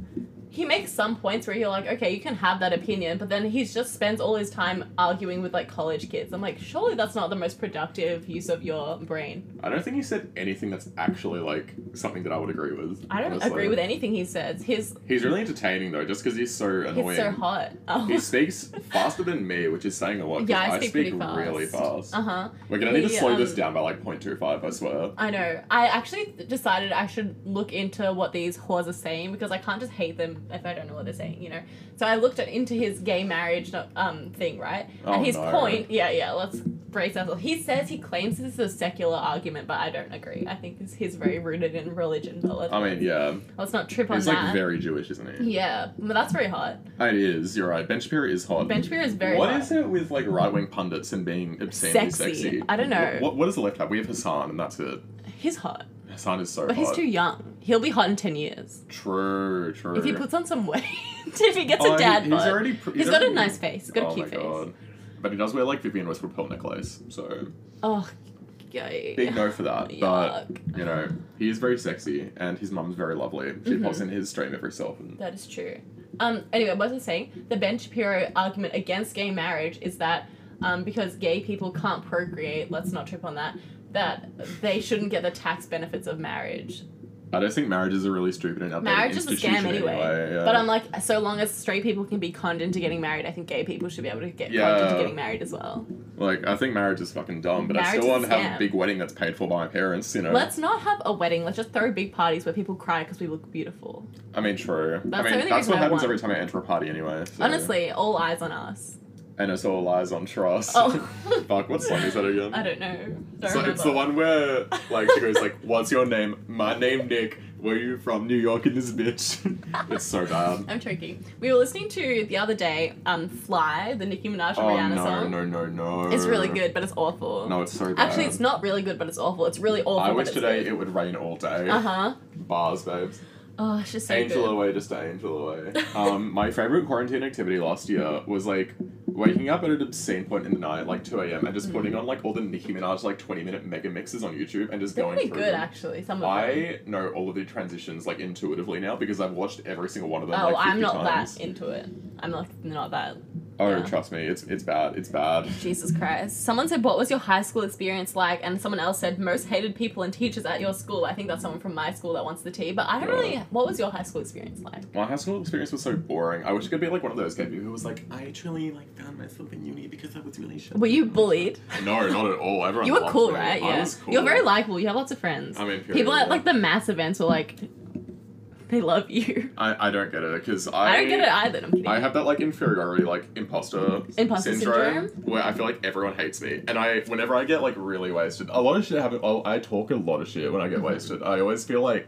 Speaker 1: he makes some points where you're like, okay, you can have that opinion, but then he just spends all his time arguing with like college kids. I'm like, surely that's not the most productive use of your brain.
Speaker 2: I don't think he said anything that's actually like something that I would agree with.
Speaker 1: I don't
Speaker 2: honestly.
Speaker 1: agree with anything he says. He's
Speaker 2: He's really entertaining though, just because he's so annoying.
Speaker 1: he's so hot.
Speaker 2: He speaks faster than me, which is saying a lot. 'cause
Speaker 1: yeah, I
Speaker 2: I
Speaker 1: speak, pretty fast.
Speaker 2: really fast.
Speaker 1: Uh huh.
Speaker 2: We're gonna need to
Speaker 1: He,
Speaker 2: slow this
Speaker 1: um,
Speaker 2: down by like 0.25, I swear.
Speaker 1: I know. I actually decided I should look into what these whores are saying because I can't just hate them if I don't know what they're saying, you know. So I looked at, into his gay marriage um thing, right?
Speaker 2: Oh,
Speaker 1: and his
Speaker 2: no.
Speaker 1: point, yeah, yeah. Let's brace ourselves. He says he claims this is a secular argument, but I don't agree. I think this, he's very rooted in religion. But let's,
Speaker 2: I mean, yeah,
Speaker 1: let's not trip on
Speaker 2: he's like
Speaker 1: that.
Speaker 2: very Jewish, isn't he?
Speaker 1: yeah, but that's very hot.
Speaker 2: It is. You're right. Ben Shapiro is hot.
Speaker 1: Ben Shapiro is very
Speaker 2: What
Speaker 1: hot.
Speaker 2: is it with like right wing pundits and being obscenely
Speaker 1: Sexy.
Speaker 2: sexy?
Speaker 1: I don't know.
Speaker 2: What, what is the left have? We have Hassan, and that's it.
Speaker 1: He's hot,
Speaker 2: Hassan is so
Speaker 1: but
Speaker 2: hot.
Speaker 1: he's too young. He'll be hot in ten years
Speaker 2: True, true.
Speaker 1: if he puts on some weight. if he gets
Speaker 2: Oh,
Speaker 1: a dad
Speaker 2: he's
Speaker 1: bod.
Speaker 2: already. Pr-
Speaker 1: he's got a
Speaker 2: already-
Speaker 1: nice face. He's got a
Speaker 2: oh
Speaker 1: cute
Speaker 2: my
Speaker 1: face.
Speaker 2: god. But he does wear like Vivian Westwood pearl necklace, so
Speaker 1: Oh, yay.
Speaker 2: big no for that. But
Speaker 1: Yuck.
Speaker 2: you know, he is very sexy, and his mum's very lovely. She
Speaker 1: Mhm.
Speaker 2: pops in his stream every so often.
Speaker 1: That is true. Um, anyway, what was I saying? The Ben Shapiro argument against gay marriage is that um, because gay people can't procreate, let's not trip on that, that they shouldn't get the tax benefits of marriage.
Speaker 2: I don't think marriage is a really stupid and outdated
Speaker 1: Marriage is a
Speaker 2: institution
Speaker 1: scam anyway.
Speaker 2: yeah.
Speaker 1: But um, I'm like, so long as straight people can be conned into getting married, I think gay people should be able to get conned into
Speaker 2: Yeah.
Speaker 1: getting married as well.
Speaker 2: like, I think marriage is fucking dumb, but I
Speaker 1: Marriage
Speaker 2: still
Speaker 1: is a
Speaker 2: want to have
Speaker 1: scam.
Speaker 2: a big wedding that's paid for by my parents. You know,
Speaker 1: Let's not have a wedding. Let's just throw big parties where people cry because we look beautiful.
Speaker 2: I mean, true.
Speaker 1: That's the
Speaker 2: I mean,
Speaker 1: only
Speaker 2: that's
Speaker 1: reason
Speaker 2: what
Speaker 1: I
Speaker 2: happens
Speaker 1: want-
Speaker 2: every time I enter a party anyway. so-
Speaker 1: Honestly, all eyes on us.
Speaker 2: and it's all lies on trust.
Speaker 1: Oh.
Speaker 2: Fuck, what song is that again?
Speaker 1: I don't know. Don't
Speaker 2: It's, like, it's the
Speaker 1: remember.
Speaker 2: one where like she goes like, "What's your name? My name Nick. Where you from? New York in this bitch." it's so bad.
Speaker 1: I'm joking. We were listening to the other day, um, "Fly," the Nicki Minaj and
Speaker 2: Oh
Speaker 1: Rihanna
Speaker 2: no,
Speaker 1: song.
Speaker 2: no, no, no!
Speaker 1: It's really good, but it's awful.
Speaker 2: No, it's so bad.
Speaker 1: Actually, it's not really good, but it's awful. It's really awful.
Speaker 2: I
Speaker 1: but
Speaker 2: wish
Speaker 1: it's
Speaker 2: today it would rain all day.
Speaker 1: Uh huh.
Speaker 2: Bars, babes.
Speaker 1: Oh, it's just so
Speaker 2: angel
Speaker 1: good.
Speaker 2: away, just angel away. um, my favorite quarantine activity last year was like waking up at an obscene point in the night, like two a.m., and just putting
Speaker 1: Mm-hmm.
Speaker 2: on like all the Nicki Minaj like twenty-minute mega mixes on YouTube and just
Speaker 1: They're
Speaker 2: going
Speaker 1: pretty
Speaker 2: through.
Speaker 1: good,
Speaker 2: them.
Speaker 1: actually. Some of them.
Speaker 2: I know all of the transitions like intuitively now because I've watched every single one of them.
Speaker 1: Oh,
Speaker 2: like, 50
Speaker 1: I'm not
Speaker 2: times.
Speaker 1: that into it. I'm not not that.
Speaker 2: Oh,
Speaker 1: Yeah.
Speaker 2: trust me, it's it's bad. It's bad.
Speaker 1: Jesus Christ! Someone said, "What was your high school experience like?" And someone else said, "Most hated people and teachers at your school." I think that's someone from my school that wants the tea. But I don't
Speaker 2: Yeah.
Speaker 1: really. What was your high school experience like?
Speaker 2: My high school experience was so boring. I wish I could be like one of those gay people who was like, I truly like found myself in uni because I was really shy.
Speaker 1: Were you bullied?
Speaker 2: No, not at all. Everyone.
Speaker 1: You were
Speaker 2: loved
Speaker 1: cool,
Speaker 2: me.
Speaker 1: right?
Speaker 2: I
Speaker 1: Yeah.
Speaker 2: was cool.
Speaker 1: You're very likable. You have lots of friends.
Speaker 2: I mean, period,
Speaker 1: People at
Speaker 2: yeah.
Speaker 1: like the mass events were like, they love you.
Speaker 2: I, I don't get it because I
Speaker 1: I, don't get it either. I'm kidding.
Speaker 2: I have that like inferiority, like imposter,
Speaker 1: Imposter syndrome?
Speaker 2: where I feel like everyone hates me, and I whenever I get like really wasted, a lot of shit happens. I talk a lot of shit when I
Speaker 1: Mm-hmm.
Speaker 2: get wasted. I always feel like,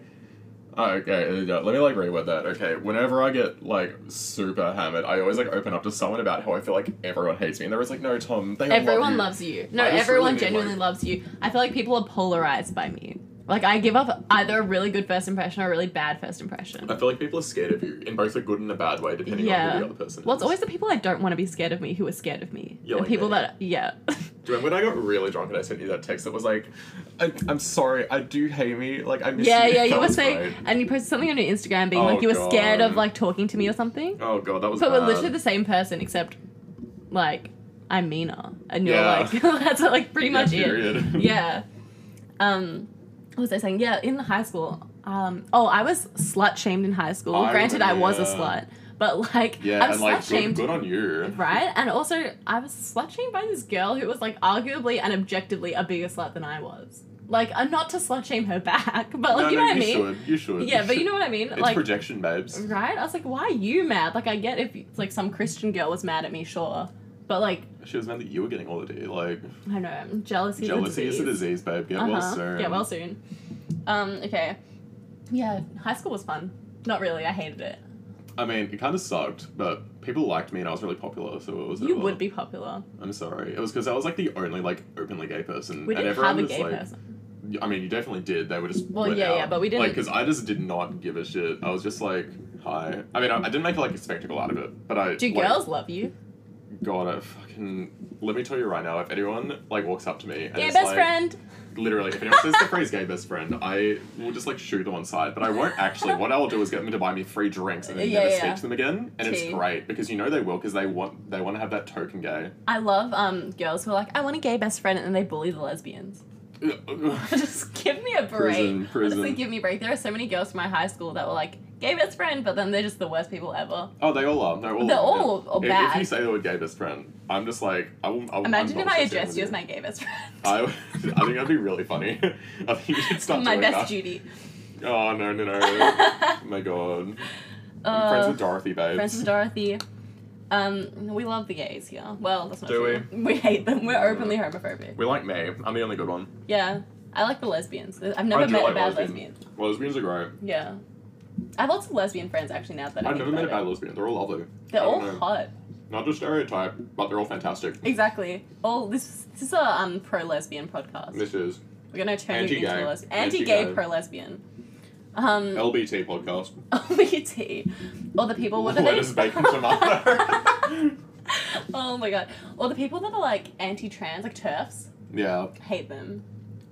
Speaker 2: oh, okay, yeah, let me like reword that. Okay, whenever I get like super hammered, I always like open up to someone about how I feel like everyone hates me, and they're always like, no, Tom, they all
Speaker 1: everyone
Speaker 2: love
Speaker 1: loves you. No,
Speaker 2: I just
Speaker 1: everyone
Speaker 2: really mean,
Speaker 1: genuinely
Speaker 2: like-
Speaker 1: loves you. I feel like people are polarized by me. Like I give up either a really good first impression or a really bad first impression.
Speaker 2: you. I feel like people are scared of you in both a good and a bad way, depending on
Speaker 1: Yeah.
Speaker 2: who the other person.
Speaker 1: Well, it's
Speaker 2: is.
Speaker 1: always the people I don't want to be scared of me who are scared of me.
Speaker 2: Yeah,
Speaker 1: and
Speaker 2: like
Speaker 1: people
Speaker 2: me.
Speaker 1: that yeah.
Speaker 2: Do you remember when I got really drunk and I sent you that text that was like, I, I'm sorry. I do hate me. Like I miss
Speaker 1: Yeah,
Speaker 2: you.
Speaker 1: yeah,
Speaker 2: That
Speaker 1: you were
Speaker 2: was
Speaker 1: saying,
Speaker 2: great.
Speaker 1: and you posted something on your Instagram being
Speaker 2: Oh,
Speaker 1: like you were scared of
Speaker 2: God.
Speaker 1: like talking to me or something.
Speaker 2: Oh god, that was.
Speaker 1: But we're
Speaker 2: bad.
Speaker 1: literally the same person, except like I'm meaner, and you're
Speaker 2: Yeah.
Speaker 1: like that's like pretty
Speaker 2: Yeah,
Speaker 1: much it.
Speaker 2: period.
Speaker 1: Yeah. Um, what was I saying? Yeah, in high school. Um, oh, I was slut shamed in high school.
Speaker 2: I
Speaker 1: Granted, I
Speaker 2: remember,
Speaker 1: was a
Speaker 2: yeah.
Speaker 1: slut, but like
Speaker 2: Yeah,
Speaker 1: I was
Speaker 2: and like
Speaker 1: slut
Speaker 2: good,
Speaker 1: shamed.
Speaker 2: good on you.
Speaker 1: Right? And also, I was slut shamed by this girl who was like arguably and objectively a bigger slut than I was. Like, uh, not to slut shame her back, but like,
Speaker 2: no,
Speaker 1: you know
Speaker 2: no,
Speaker 1: what I
Speaker 2: you
Speaker 1: mean?
Speaker 2: Should. You should.
Speaker 1: Yeah, but you
Speaker 2: should.
Speaker 1: know what I mean?
Speaker 2: It's
Speaker 1: like, mm.
Speaker 2: projection, babes.
Speaker 1: right? I was like, why are you mad? Like, I get if like some Christian girl was mad at me, sure, but like,
Speaker 2: She was meant that you were getting all the day. Like
Speaker 1: I don't know, jealousy.
Speaker 2: jealousy is a disease, babe. Get well
Speaker 1: Uh-huh.
Speaker 2: soon.
Speaker 1: Get well soon. Um. Okay. Yeah, high school was fun. Not really. I hated it.
Speaker 2: I mean, it kind of sucked, but people liked me and I was really popular, so it was.
Speaker 1: You
Speaker 2: over.
Speaker 1: would be popular.
Speaker 2: I'm sorry. It was because I was like the only like openly gay person,
Speaker 1: We
Speaker 2: and
Speaker 1: didn't
Speaker 2: everyone
Speaker 1: have a
Speaker 2: was
Speaker 1: gay
Speaker 2: like,
Speaker 1: person.
Speaker 2: I mean, you definitely did. They were just
Speaker 1: Well,
Speaker 2: lit
Speaker 1: yeah,
Speaker 2: out.
Speaker 1: yeah, but we didn't-
Speaker 2: like because I just did not give a shit. I was just like, hi. I mean, I, I didn't make like a spectacle out of it, but I
Speaker 1: Do
Speaker 2: like,
Speaker 1: girls love you?
Speaker 2: God, I fucking let me tell you right now. If anyone like walks up to me, and
Speaker 1: Gay
Speaker 2: is
Speaker 1: best
Speaker 2: like,
Speaker 1: friend.
Speaker 2: Literally, if anyone says the phrase "gay best friend," I will just like shoo them on side. But I won't actually. What I will do is get them to buy me free drinks and then
Speaker 1: Yeah,
Speaker 2: never
Speaker 1: yeah.
Speaker 2: speak to them again, and
Speaker 1: Tea.
Speaker 2: it's great because you know they will because they want they want to have that token gay.
Speaker 1: I love um girls who are like, I want a gay best friend, and then they bully the lesbians. Just give me a break.
Speaker 2: Prison, prison.
Speaker 1: Honestly, give me a break. There are so many girls from my high school that were like gay best friend, but then they're just the worst people ever.
Speaker 2: Oh, they all are. They're all.
Speaker 1: They're
Speaker 2: yeah.
Speaker 1: all
Speaker 2: if, If
Speaker 1: bad.
Speaker 2: you say the word gay best friend, I'm just like I will. I will
Speaker 1: Imagine
Speaker 2: I'm
Speaker 1: if I
Speaker 2: not associating
Speaker 1: addressed you as
Speaker 2: with
Speaker 1: my gay best friend.
Speaker 2: I, I think that'd be really funny. I think you should stop
Speaker 1: my
Speaker 2: doing
Speaker 1: best
Speaker 2: that.
Speaker 1: Judy.
Speaker 2: Oh no no no! oh my god. I'm friends with Dorothy, babe.
Speaker 1: Uh, Friends with Dorothy. Um, we love the gays here. Well, that's not
Speaker 2: Do
Speaker 1: true. We? hate them. We're openly homophobic.
Speaker 2: we like me. I'm the only good one.
Speaker 1: Yeah, I like the lesbians. I've never
Speaker 2: do
Speaker 1: met
Speaker 2: like
Speaker 1: a bad lesbian.
Speaker 2: lesbians. Well, lesbians are great.
Speaker 1: Yeah, I have lots of lesbian friends actually. Now that I
Speaker 2: I've
Speaker 1: think
Speaker 2: never met a
Speaker 1: about
Speaker 2: bad
Speaker 1: it.
Speaker 2: lesbian. They're all lovely.
Speaker 1: They're
Speaker 2: I
Speaker 1: all
Speaker 2: don't know.
Speaker 1: hot.
Speaker 2: Not just stereotype, but they're all fantastic.
Speaker 1: Exactly. All this. This is a um pro lesbian podcast.
Speaker 2: This is
Speaker 1: We're gonna turn you into
Speaker 2: Anti-gay.
Speaker 1: a lesbian. Anti-gay
Speaker 2: Anti-gay.
Speaker 1: pro lesbian. Um,
Speaker 2: LBT podcast.
Speaker 1: LGBT. Oh, Or the people. What are they?
Speaker 2: Lettuce, bacon, tomato.
Speaker 1: oh my god. Or the people that are like anti-trans, like turfs.
Speaker 2: yeah.
Speaker 1: Hate them.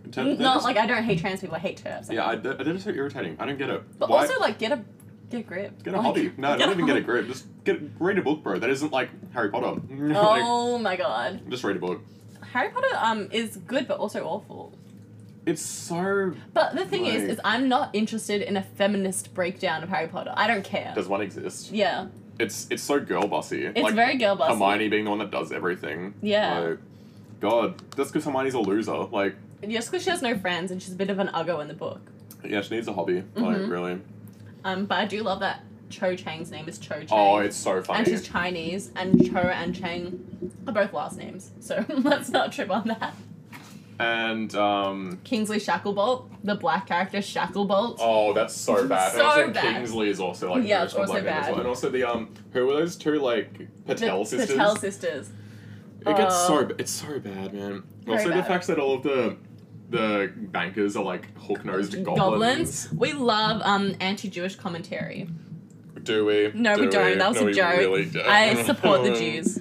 Speaker 2: They're
Speaker 1: Not
Speaker 2: just-
Speaker 1: like I don't hate trans people. I hate turfs.
Speaker 2: Yeah, I, that that is so irritating. I don't get it.
Speaker 1: But
Speaker 2: Why-
Speaker 1: also, like, get a get a grip.
Speaker 2: Get a
Speaker 1: Like,
Speaker 2: hobby. No, don't even get a
Speaker 1: hobby.
Speaker 2: grip. Just get read a book, bro. That isn't like Harry Potter. like,
Speaker 1: Oh my god,
Speaker 2: just read a book.
Speaker 1: Harry Potter um is good but also awful.
Speaker 2: It's so
Speaker 1: But the thing is,
Speaker 2: Like-
Speaker 1: is I'm not interested in a feminist breakdown of Harry Potter. I don't care.
Speaker 2: does one exist?
Speaker 1: yeah,
Speaker 2: It's it's so girl bossy.
Speaker 1: it's very girl bossy.
Speaker 2: Hermione being the one that does everything.
Speaker 1: Yeah.
Speaker 2: Like, God, that's because Hermione's a loser. Like,
Speaker 1: Just because she has no friends and she's a bit of an uggo in the book.
Speaker 2: yeah, she needs a hobby. Like,
Speaker 1: Mhm.
Speaker 2: really.
Speaker 1: Um, but I do love that Cho Chang's name is Cho Chang.
Speaker 2: Oh, it's so funny.
Speaker 1: and she's Chinese, and Cho and Chang are both last names, so let's not trip on that.
Speaker 2: And, um,
Speaker 1: Kingsley Shacklebolt, the black character Shacklebolt.
Speaker 2: oh, that's so bad.
Speaker 1: So
Speaker 2: and also
Speaker 1: bad.
Speaker 2: Kingsley is also like
Speaker 1: Yeah,
Speaker 2: very
Speaker 1: it's also
Speaker 2: complicated as
Speaker 1: bad.
Speaker 2: well. And also the um, who were those two like
Speaker 1: the
Speaker 2: Patel sisters?
Speaker 1: Patel sisters.
Speaker 2: It gets
Speaker 1: Oh.
Speaker 2: so it's so bad, man.
Speaker 1: Very
Speaker 2: also, the
Speaker 1: bad.
Speaker 2: fact that all of the the bankers are like hook nosed goblins.
Speaker 1: goblins. We love um anti-Jewish commentary.
Speaker 2: Do we?
Speaker 1: No, we
Speaker 2: Do
Speaker 1: don't. That was
Speaker 2: No,
Speaker 1: a
Speaker 2: we
Speaker 1: joke.
Speaker 2: really don't.
Speaker 1: I support the Jews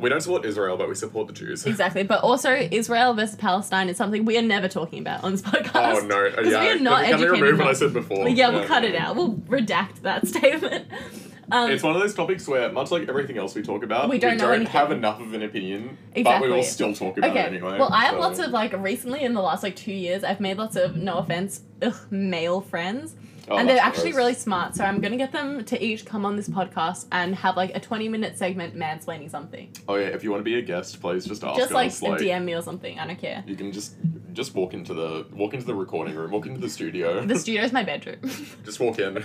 Speaker 2: We don't support Israel, but we support the Jews.
Speaker 1: exactly, but also Israel versus Palestine is something we are never talking about on this podcast.
Speaker 2: Oh no! Yeah,
Speaker 1: we are not
Speaker 2: can we
Speaker 1: educated
Speaker 2: remove what I
Speaker 1: enough.
Speaker 2: said before?
Speaker 1: yeah, we'll cut it out. We'll redact that statement. Um,
Speaker 2: It's one of those topics where, much like everything else we talk about,
Speaker 1: We don't know anything.
Speaker 2: have enough of an opinion,
Speaker 1: Exactly.
Speaker 2: but we will still talk about
Speaker 1: okay.
Speaker 2: it anyway.
Speaker 1: well, I have
Speaker 2: so-
Speaker 1: lots of like recently in the last like two years, I've made lots of no offense, ugh, male friends.
Speaker 2: Oh,
Speaker 1: and they're
Speaker 2: that's
Speaker 1: actually
Speaker 2: gross.
Speaker 1: really smart, so I'm gonna get them to each come on this podcast and have like a 20 minute segment mansplaining something.
Speaker 2: Oh yeah, if you want to be a guest, please just ask
Speaker 1: just
Speaker 2: us.
Speaker 1: like, DM me or something, I don't care.
Speaker 2: you can just just walk into the walk into the recording room, walk into the studio,
Speaker 1: The studio's my bedroom.
Speaker 2: just walk in.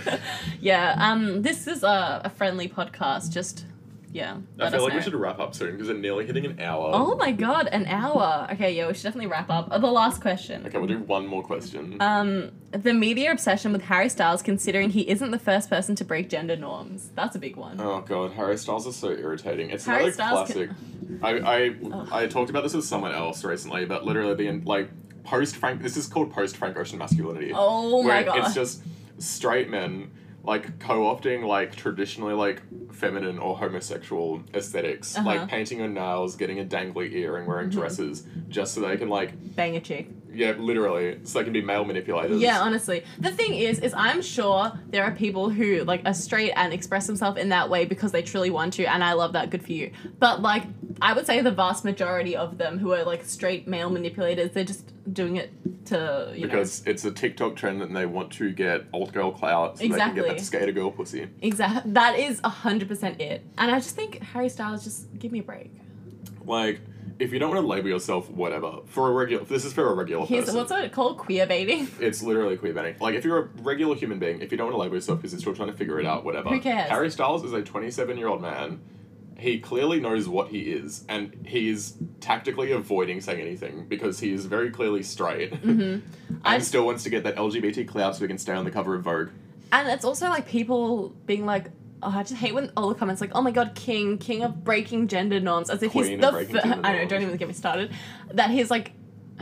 Speaker 1: yeah, um, this is a, a friendly podcast, just, yeah.
Speaker 2: I
Speaker 1: let
Speaker 2: feel
Speaker 1: us
Speaker 2: like
Speaker 1: know.
Speaker 2: we should wrap up soon because we're nearly hitting an hour.
Speaker 1: Oh my god, an hour. Okay, yeah, we should definitely wrap up. Uh, the last question.
Speaker 2: Okay, we'll do one more question.
Speaker 1: Um, the media obsession with Harry Styles, considering he isn't the first person to break gender norms. That's a big one.
Speaker 2: oh god, Harry Styles is so irritating. It's
Speaker 1: Harry
Speaker 2: another
Speaker 1: Styles
Speaker 2: classic. I I I talked about this with someone else recently, but literally the like post Frank. This is called post Frank Ocean masculinity.
Speaker 1: oh my
Speaker 2: where
Speaker 1: god.
Speaker 2: It's just straight men like co-opting like traditionally like feminine or homosexual esthetics
Speaker 1: Uh-huh.
Speaker 2: like painting your nails, getting a dangly earring, wearing
Speaker 1: Mhm.
Speaker 2: dresses, just so they can like
Speaker 1: Bang a chick.
Speaker 2: yeah, literally, so they can be male manipulators.
Speaker 1: Yeah, honestly. The thing is, is I'm sure there are people who like are straight and express themselves in that way because they truly want to, and I love that. Good for you. But like, I would say the vast majority of them who are like straight male manipulators, they're just doing it to you know.
Speaker 2: because it's a TikTok trend and they want to get old girl clout so they can get
Speaker 1: Exactly.
Speaker 2: that skater girl pussy.
Speaker 1: Exactly. That is hundred percent it. And I just think Harry Styles, just give me a break.
Speaker 2: Like, if you don't want to label yourself whatever, for a regular, this is for a regular
Speaker 1: Here's
Speaker 2: person.
Speaker 1: what's it called? Queer baiting.
Speaker 2: it's literally queer banning. Like, if you're a regular human being, if you don't want to label yourself because you're still trying to figure it out, whatever.
Speaker 1: Who cares?
Speaker 2: Harry Styles is a 27 year old man. He clearly knows what he is, and he's tactically avoiding saying anything because he is very clearly straight.
Speaker 1: hmm I-
Speaker 2: and still wants to get that LGBT clout so we can stay on the cover of Vogue.
Speaker 1: And it's also like people being like, oh, I just hate when all the comments like, oh my god, king, king of breaking gender norms, as if
Speaker 2: Queen
Speaker 1: he's
Speaker 2: of
Speaker 1: the
Speaker 2: breaking
Speaker 1: fir-
Speaker 2: gender
Speaker 1: I know,
Speaker 2: norms.
Speaker 1: don't even get me started. That he's like,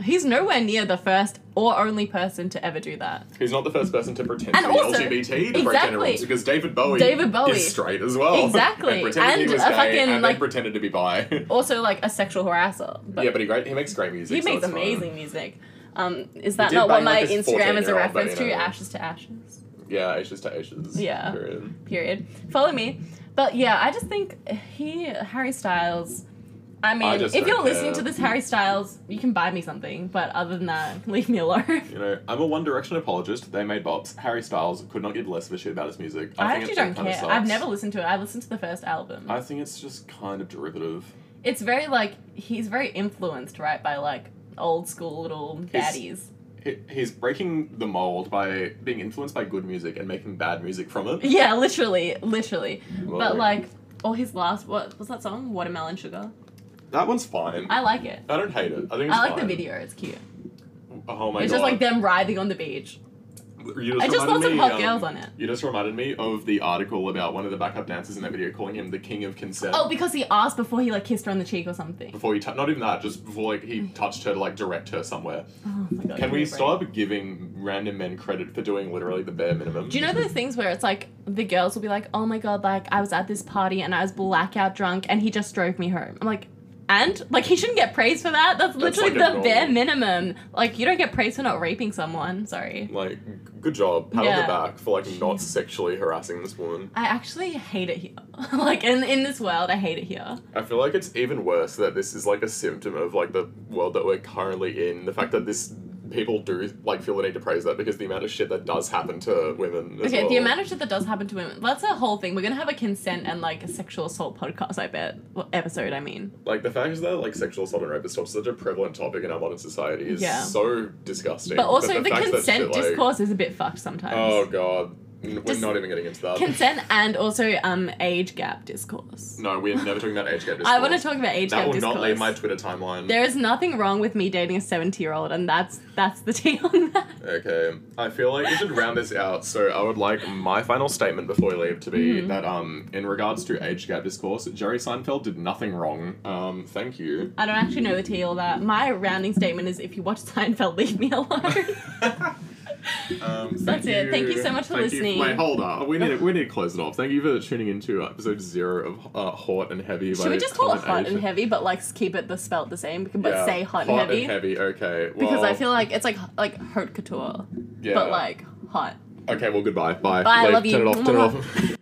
Speaker 1: he's nowhere near the first or only person to ever do that.
Speaker 2: He's not the first person to pretend
Speaker 1: And
Speaker 2: to be
Speaker 1: also-
Speaker 2: LGBT to break
Speaker 1: exactly.
Speaker 2: gender rules because David Bowie,
Speaker 1: David Bowie.
Speaker 2: is straight as well.
Speaker 1: Exactly.
Speaker 2: and pretended
Speaker 1: And
Speaker 2: he was
Speaker 1: a
Speaker 2: gay
Speaker 1: fucking,
Speaker 2: and then
Speaker 1: like-
Speaker 2: pretended to be bi.
Speaker 1: Also, like a sexual harasser. But
Speaker 2: yeah, but he great. He makes great music.
Speaker 1: he
Speaker 2: so
Speaker 1: makes
Speaker 2: it's fine.
Speaker 1: amazing music. Um, is that
Speaker 2: did
Speaker 1: not what
Speaker 2: bang, like,
Speaker 1: my
Speaker 2: this
Speaker 1: Instagram is a
Speaker 2: 14-year-old, but,
Speaker 1: reference
Speaker 2: you
Speaker 1: to?
Speaker 2: know.
Speaker 1: Ashes to ashes.
Speaker 2: Yeah, Ashes to Ashes.
Speaker 1: Yeah.
Speaker 2: Period.
Speaker 1: Period. Follow me. But yeah, I just think he Harry Styles. I mean,
Speaker 2: just
Speaker 1: if you're
Speaker 2: don't
Speaker 1: listening to
Speaker 2: care.
Speaker 1: this Harry Styles, you can buy me something. But other than that, leave me alone.
Speaker 2: You know, I'm a One Direction apologist. They made bops. Harry Styles could not give less of a shit about his music.
Speaker 1: I,
Speaker 2: I, think
Speaker 1: actually
Speaker 2: it
Speaker 1: don't
Speaker 2: kinda
Speaker 1: care.
Speaker 2: sucks.
Speaker 1: I've never listened to it. I listened to the first album.
Speaker 2: I think it's just kind of derivative.
Speaker 1: it's very like he's very influenced, right, by like old school little
Speaker 2: He's-
Speaker 1: baddies.
Speaker 2: He, he's breaking the mold by being influenced by good music and making bad music from it.
Speaker 1: Yeah, literally, literally.
Speaker 2: Well,
Speaker 1: But like, or his last what was that song? Watermelon Sugar.
Speaker 2: that one's fine. I,
Speaker 1: I like it.
Speaker 2: don't hate it. I think it's
Speaker 1: I like the
Speaker 2: fine.
Speaker 1: video. It's cute.
Speaker 2: Oh my
Speaker 1: it's
Speaker 2: god!
Speaker 1: just like them writhing on the beach.
Speaker 2: You
Speaker 1: I
Speaker 2: just
Speaker 1: just
Speaker 2: reminded
Speaker 1: lots of
Speaker 2: me,
Speaker 1: hot
Speaker 2: um,
Speaker 1: girls on it.
Speaker 2: You just reminded me of the article about one of the backup dancers in that video calling him the king of consent.
Speaker 1: Oh, because he asked before he like kissed her on the cheek or something.
Speaker 2: Before he, t- not even that, just before like
Speaker 1: Mm.
Speaker 2: he touched her to like direct her somewhere.
Speaker 1: Oh my god.
Speaker 2: Can
Speaker 1: give me a
Speaker 2: we
Speaker 1: break.
Speaker 2: stop giving random men credit for doing literally the bare minimum?
Speaker 1: Do you know those things where it's like the girls will be like, "Oh my god, like I was at this party and I was blackout drunk and he just drove me home." I'm like, and like he shouldn't get praised for that. That's
Speaker 2: That's
Speaker 1: literally
Speaker 2: like a
Speaker 1: the
Speaker 2: normal-
Speaker 1: bare minimum. Like you don't get praised for not raping someone. Sorry.
Speaker 2: Like, g- good job, pat on
Speaker 1: Yeah.
Speaker 2: the back for like not sexually harassing this woman.
Speaker 1: I actually hate it here. like in in this world, I hate it here.
Speaker 2: I feel like it's even worse that this is like a symptom of like the world that we're currently in. The fact that this people do like feel the need to praise that because the amount of shit that does happen to women. As
Speaker 1: Okay,
Speaker 2: well.
Speaker 1: the amount of shit that does happen to women. That's a whole thing. We're gonna have a consent and like a sexual assault podcast. I bet well, episode. I mean,
Speaker 2: like the fact that like sexual assault and rape is such a prevalent topic in our modern society is
Speaker 1: Yeah.
Speaker 2: so disgusting.
Speaker 1: but also the,
Speaker 2: fact that
Speaker 1: consent
Speaker 2: shit, like-
Speaker 1: discourse is a bit fucked sometimes.
Speaker 2: oh god, N- we're
Speaker 1: Dis-
Speaker 2: not even getting into that.
Speaker 1: consent and also um age gap discourse.
Speaker 2: no, we're never talking about age gap.
Speaker 1: I want to
Speaker 2: discourse.
Speaker 1: talk about age
Speaker 2: That
Speaker 1: gap
Speaker 2: will
Speaker 1: discourse.
Speaker 2: not leave my Twitter timeline.
Speaker 1: there is nothing wrong with me dating a seventy year old, and that's that's the tea on that.
Speaker 2: Okay, I feel like we should round this out. So I would like my final statement before we leave to be
Speaker 1: Mm-hmm.
Speaker 2: that, um, in regards to age gap discourse, Jerry Seinfeld did nothing wrong. Um, thank you.
Speaker 1: I don't actually know the tea all that. My rounding statement is: if you watch Seinfeld, leave me alone.
Speaker 2: Um,
Speaker 1: That's it. Thank you so much for
Speaker 2: Thank you-
Speaker 1: listening. Oh.
Speaker 2: Wait, hold up. We need to, we need to close it off. Thank you for tuning into episode zero of uh, Hot and Heavy. by
Speaker 1: Should we just call it
Speaker 2: Colin
Speaker 1: hot and
Speaker 2: Asian.
Speaker 1: heavy, but like s- keep it the spelt the same, but
Speaker 2: Yeah,
Speaker 1: say hot, and heavy?
Speaker 2: Okay. Well,
Speaker 1: Because I feel like it's like like haute couture,
Speaker 2: yeah.
Speaker 1: but like hot.
Speaker 2: Okay. Well, goodbye. Bye.
Speaker 1: Bye, I
Speaker 2: Leave.
Speaker 1: love you.
Speaker 2: Turn it off. Turn it off.